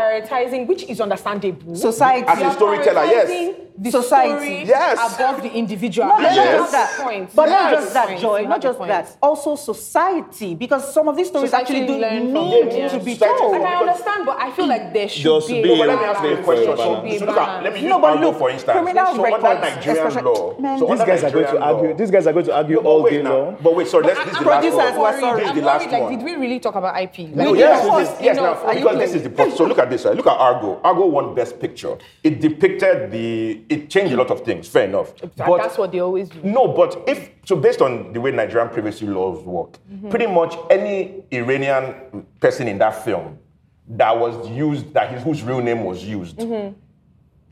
Speaker 5: prioritizing, which is understandable.
Speaker 3: society,
Speaker 2: As a
Speaker 5: You're
Speaker 2: storyteller, yes.
Speaker 5: prioritizing The
Speaker 3: Society.
Speaker 5: story
Speaker 2: Yes.
Speaker 5: Above the individual.
Speaker 3: Not
Speaker 5: You
Speaker 2: Yes.
Speaker 5: have
Speaker 3: just that,
Speaker 5: a point.
Speaker 3: but
Speaker 5: You
Speaker 3: not
Speaker 5: have
Speaker 3: just
Speaker 5: a
Speaker 3: that,
Speaker 5: point.
Speaker 3: Joy.
Speaker 5: You
Speaker 3: Not
Speaker 5: have a
Speaker 3: just
Speaker 5: point.
Speaker 3: that. Also, society, because some of these stories
Speaker 5: Society
Speaker 3: actually do
Speaker 5: learn from
Speaker 3: need
Speaker 5: them, yeah.
Speaker 3: to be
Speaker 2: Society-
Speaker 5: And
Speaker 3: told.
Speaker 5: I understand, but I feel like there should
Speaker 6: Just
Speaker 5: be.
Speaker 6: be-
Speaker 2: But let me ask you a
Speaker 6: Balance.
Speaker 2: question.
Speaker 6: Balance.
Speaker 2: So, so look at, let me use
Speaker 3: No, but
Speaker 2: Argo
Speaker 3: look,
Speaker 2: for instance.
Speaker 3: criminal
Speaker 2: so under
Speaker 3: records,
Speaker 2: Nigerian
Speaker 3: especially-
Speaker 2: law.
Speaker 3: Man,
Speaker 2: so
Speaker 6: These
Speaker 2: under
Speaker 6: guys are going to
Speaker 2: Nigerian
Speaker 6: argue.
Speaker 2: law-
Speaker 6: These guys are going to argue
Speaker 2: No, but
Speaker 6: all
Speaker 2: wait
Speaker 6: day
Speaker 2: now.
Speaker 6: long.
Speaker 2: But wait, sorry, let's, this is the last
Speaker 3: Producers
Speaker 2: one.
Speaker 3: were sorry.
Speaker 2: This is
Speaker 5: I'm
Speaker 2: the
Speaker 5: worried,
Speaker 2: last
Speaker 5: like,
Speaker 2: one.
Speaker 5: did we really talk about IP?
Speaker 2: No,
Speaker 5: Like,
Speaker 2: yes,
Speaker 3: of
Speaker 2: this
Speaker 3: course,
Speaker 2: is, yes,
Speaker 3: enough.
Speaker 2: now,
Speaker 3: Are you
Speaker 2: because this is the point. So look at this. Right? Look at Argo. Argo won Best Picture. It depicted the. It changed a lot of things. Fair enough. But-
Speaker 5: that's what they always do.
Speaker 2: No, but if so, based on the way Nigerian privacy laws work, pretty much any Iranian person in that film that was used, that his whose real name was used,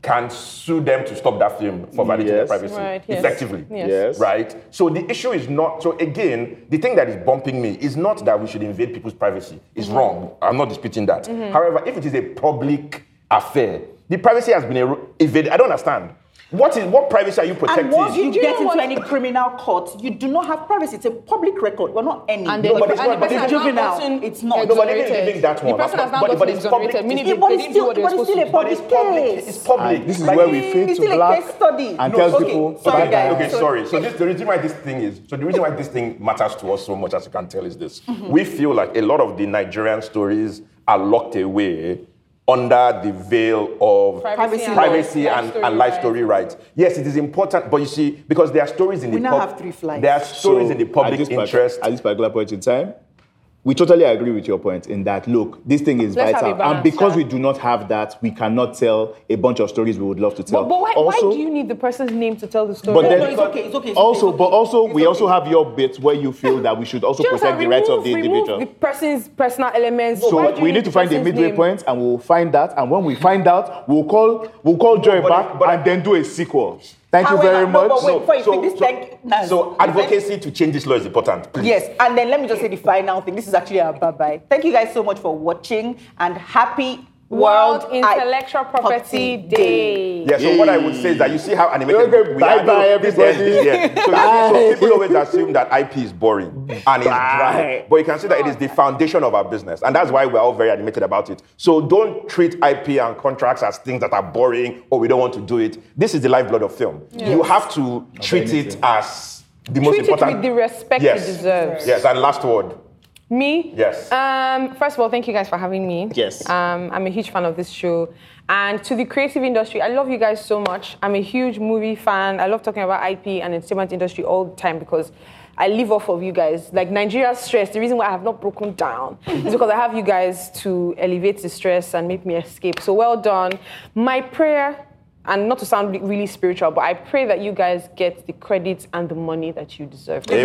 Speaker 2: can sue them to stop that film for violating
Speaker 6: Yes.
Speaker 2: their privacy
Speaker 5: Right, yes.
Speaker 2: effectively.
Speaker 5: Yes.
Speaker 6: Yes.
Speaker 2: Right. So the issue is not. So again, the thing that is bumping me is not that we should invade people's privacy. It's wrong. I'm not disputing that. However, if it is a public affair, the privacy has been ero- evaded. I don't understand. What is what privacy are you protecting?
Speaker 3: And once you
Speaker 5: Do you
Speaker 3: get into
Speaker 5: know what-
Speaker 3: any criminal court, you do not have privacy. It's a public record. We're not any.
Speaker 5: And the,
Speaker 2: No, but it's
Speaker 5: and
Speaker 2: not- but
Speaker 5: the person
Speaker 2: it's
Speaker 5: has now
Speaker 3: juvenile.
Speaker 5: gotten
Speaker 3: It's not.
Speaker 2: No, but even
Speaker 5: exonerated.
Speaker 2: giving that
Speaker 5: The
Speaker 2: one,
Speaker 5: person
Speaker 2: but-
Speaker 5: has now
Speaker 2: but-
Speaker 5: gotten
Speaker 2: but it's public-
Speaker 5: exonerated, meaning
Speaker 3: Yeah,
Speaker 5: they,
Speaker 3: but
Speaker 5: they
Speaker 3: it's
Speaker 5: didn't do
Speaker 3: still-
Speaker 5: what they were
Speaker 3: but it's
Speaker 5: supposed
Speaker 3: still
Speaker 5: to
Speaker 3: a
Speaker 5: do.
Speaker 3: public-
Speaker 2: But it's public.
Speaker 3: case.
Speaker 2: It's public.
Speaker 6: And this is
Speaker 2: Like,
Speaker 6: where we fail
Speaker 3: It's
Speaker 6: to
Speaker 3: still a
Speaker 6: black
Speaker 3: case study.
Speaker 6: and
Speaker 3: No,
Speaker 6: tells
Speaker 3: okay,
Speaker 6: people
Speaker 3: sorry,
Speaker 6: bad
Speaker 3: guys.
Speaker 2: Okay,
Speaker 6: guys.
Speaker 2: sorry. So this, the reason why this thing is so the reason why this thing matters to us so much, as you can tell, is this: we feel like a lot of the Nigerian stories are locked away under the veil of
Speaker 5: Privacy and
Speaker 2: privacy
Speaker 5: life
Speaker 2: and,
Speaker 5: story
Speaker 2: and life
Speaker 5: rights.
Speaker 2: story rights. Yes, it is important, but you see, because there are stories in
Speaker 3: We
Speaker 2: the
Speaker 3: now
Speaker 2: pub-
Speaker 3: have three flights.
Speaker 2: There are stories
Speaker 6: So,
Speaker 2: in the
Speaker 6: at
Speaker 2: public
Speaker 6: this part-
Speaker 2: interest.
Speaker 6: At this particular point in time, we totally agree with your point in that look, this thing is
Speaker 5: Let's have a
Speaker 6: vital,
Speaker 5: balance,
Speaker 6: and because
Speaker 5: yeah.
Speaker 6: we do not have that, we cannot tell a bunch of stories we would love to tell.
Speaker 5: But why,
Speaker 6: also,
Speaker 5: why do you need the person's name to tell the story?
Speaker 6: But then,
Speaker 3: no, it's okay, it's okay, it's
Speaker 6: also,
Speaker 3: okay, it's
Speaker 6: but
Speaker 3: okay,
Speaker 6: also,
Speaker 3: it's
Speaker 6: we
Speaker 3: okay.
Speaker 6: also have your bit where you feel that we should also
Speaker 5: Just
Speaker 6: protect the
Speaker 5: remove-
Speaker 6: rights of the
Speaker 5: remove
Speaker 6: individual.
Speaker 5: The person's personal elements. Why
Speaker 6: so
Speaker 5: do
Speaker 6: we
Speaker 5: you
Speaker 6: need to
Speaker 5: the
Speaker 6: find a
Speaker 5: person's
Speaker 6: midway
Speaker 5: name?
Speaker 6: point, and we'll find that. And when we find out, we'll call we'll call Joy
Speaker 2: but I-
Speaker 6: back
Speaker 2: but I-
Speaker 6: and then do a sequel.
Speaker 4: Thank you
Speaker 3: However,
Speaker 4: very
Speaker 3: no,
Speaker 4: much.
Speaker 3: But wait, before you
Speaker 2: so-
Speaker 3: speak, this
Speaker 2: so-
Speaker 3: thank no.
Speaker 2: So advocacy to change this law is important. Please.
Speaker 3: Yes, and then let me just say the final thing. This is actually our bye bye. Thank you guys so much for watching and happy
Speaker 5: World
Speaker 3: World
Speaker 5: Intellectual
Speaker 3: I-
Speaker 5: Property Day.
Speaker 2: Yeah, so what I would say is that you see how animated
Speaker 4: Okay,
Speaker 2: we are.
Speaker 4: bye-bye,
Speaker 2: No, this
Speaker 4: everybody.
Speaker 2: end is here. So, so people always assume that IP is boring and it's dry. But you can see that it is the foundation of our business. And that's why we're all very animated about it. So don't treat IP and contracts as things that are boring or we don't want to do it. This is the lifeblood of film. You have to treat it as the most
Speaker 5: Treat it
Speaker 2: important.
Speaker 5: with the respect
Speaker 2: yes.
Speaker 5: it deserves.
Speaker 2: Yes, and last word.
Speaker 5: Me?
Speaker 2: Yes.
Speaker 5: Um, first of all, thank you guys for having me.
Speaker 4: Yes.
Speaker 5: Um, I'm a huge fan of this show. And to the creative industry, I love you guys so much. I'm a huge movie fan. I love talking about IP and entertainment industry all the time because I live off of you guys. Like Nigeria's stress, the reason why I have not broken down is because I have you guys to elevate the stress and make me escape. So well done. My prayer and not to sound really spiritual, but I pray that you guys get the credit and the money that you deserve.
Speaker 2: Amen.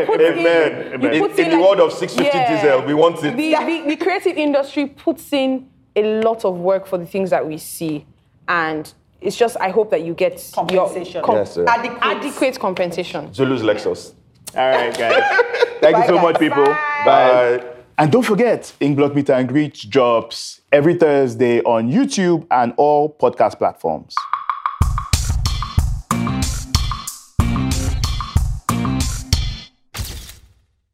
Speaker 5: You put in-
Speaker 2: Amen.
Speaker 5: you
Speaker 2: In-
Speaker 5: put
Speaker 2: in the
Speaker 5: like-
Speaker 2: world of 650 diesel, we want it.
Speaker 5: The, the, the creative industry puts in a lot of work for the things that we see. And it's just, I hope that you get your
Speaker 3: Compensation.
Speaker 5: com-
Speaker 2: Yes, sir.
Speaker 3: Adequate.
Speaker 5: adequate compensation.
Speaker 2: Zulu's Lexus.
Speaker 4: All right, guys. Thank you so
Speaker 3: guys.
Speaker 4: much, people.
Speaker 2: Bye.
Speaker 4: And don't forget, Inglot Meet and Greet drops every Thursday on YouTube and all podcast platforms.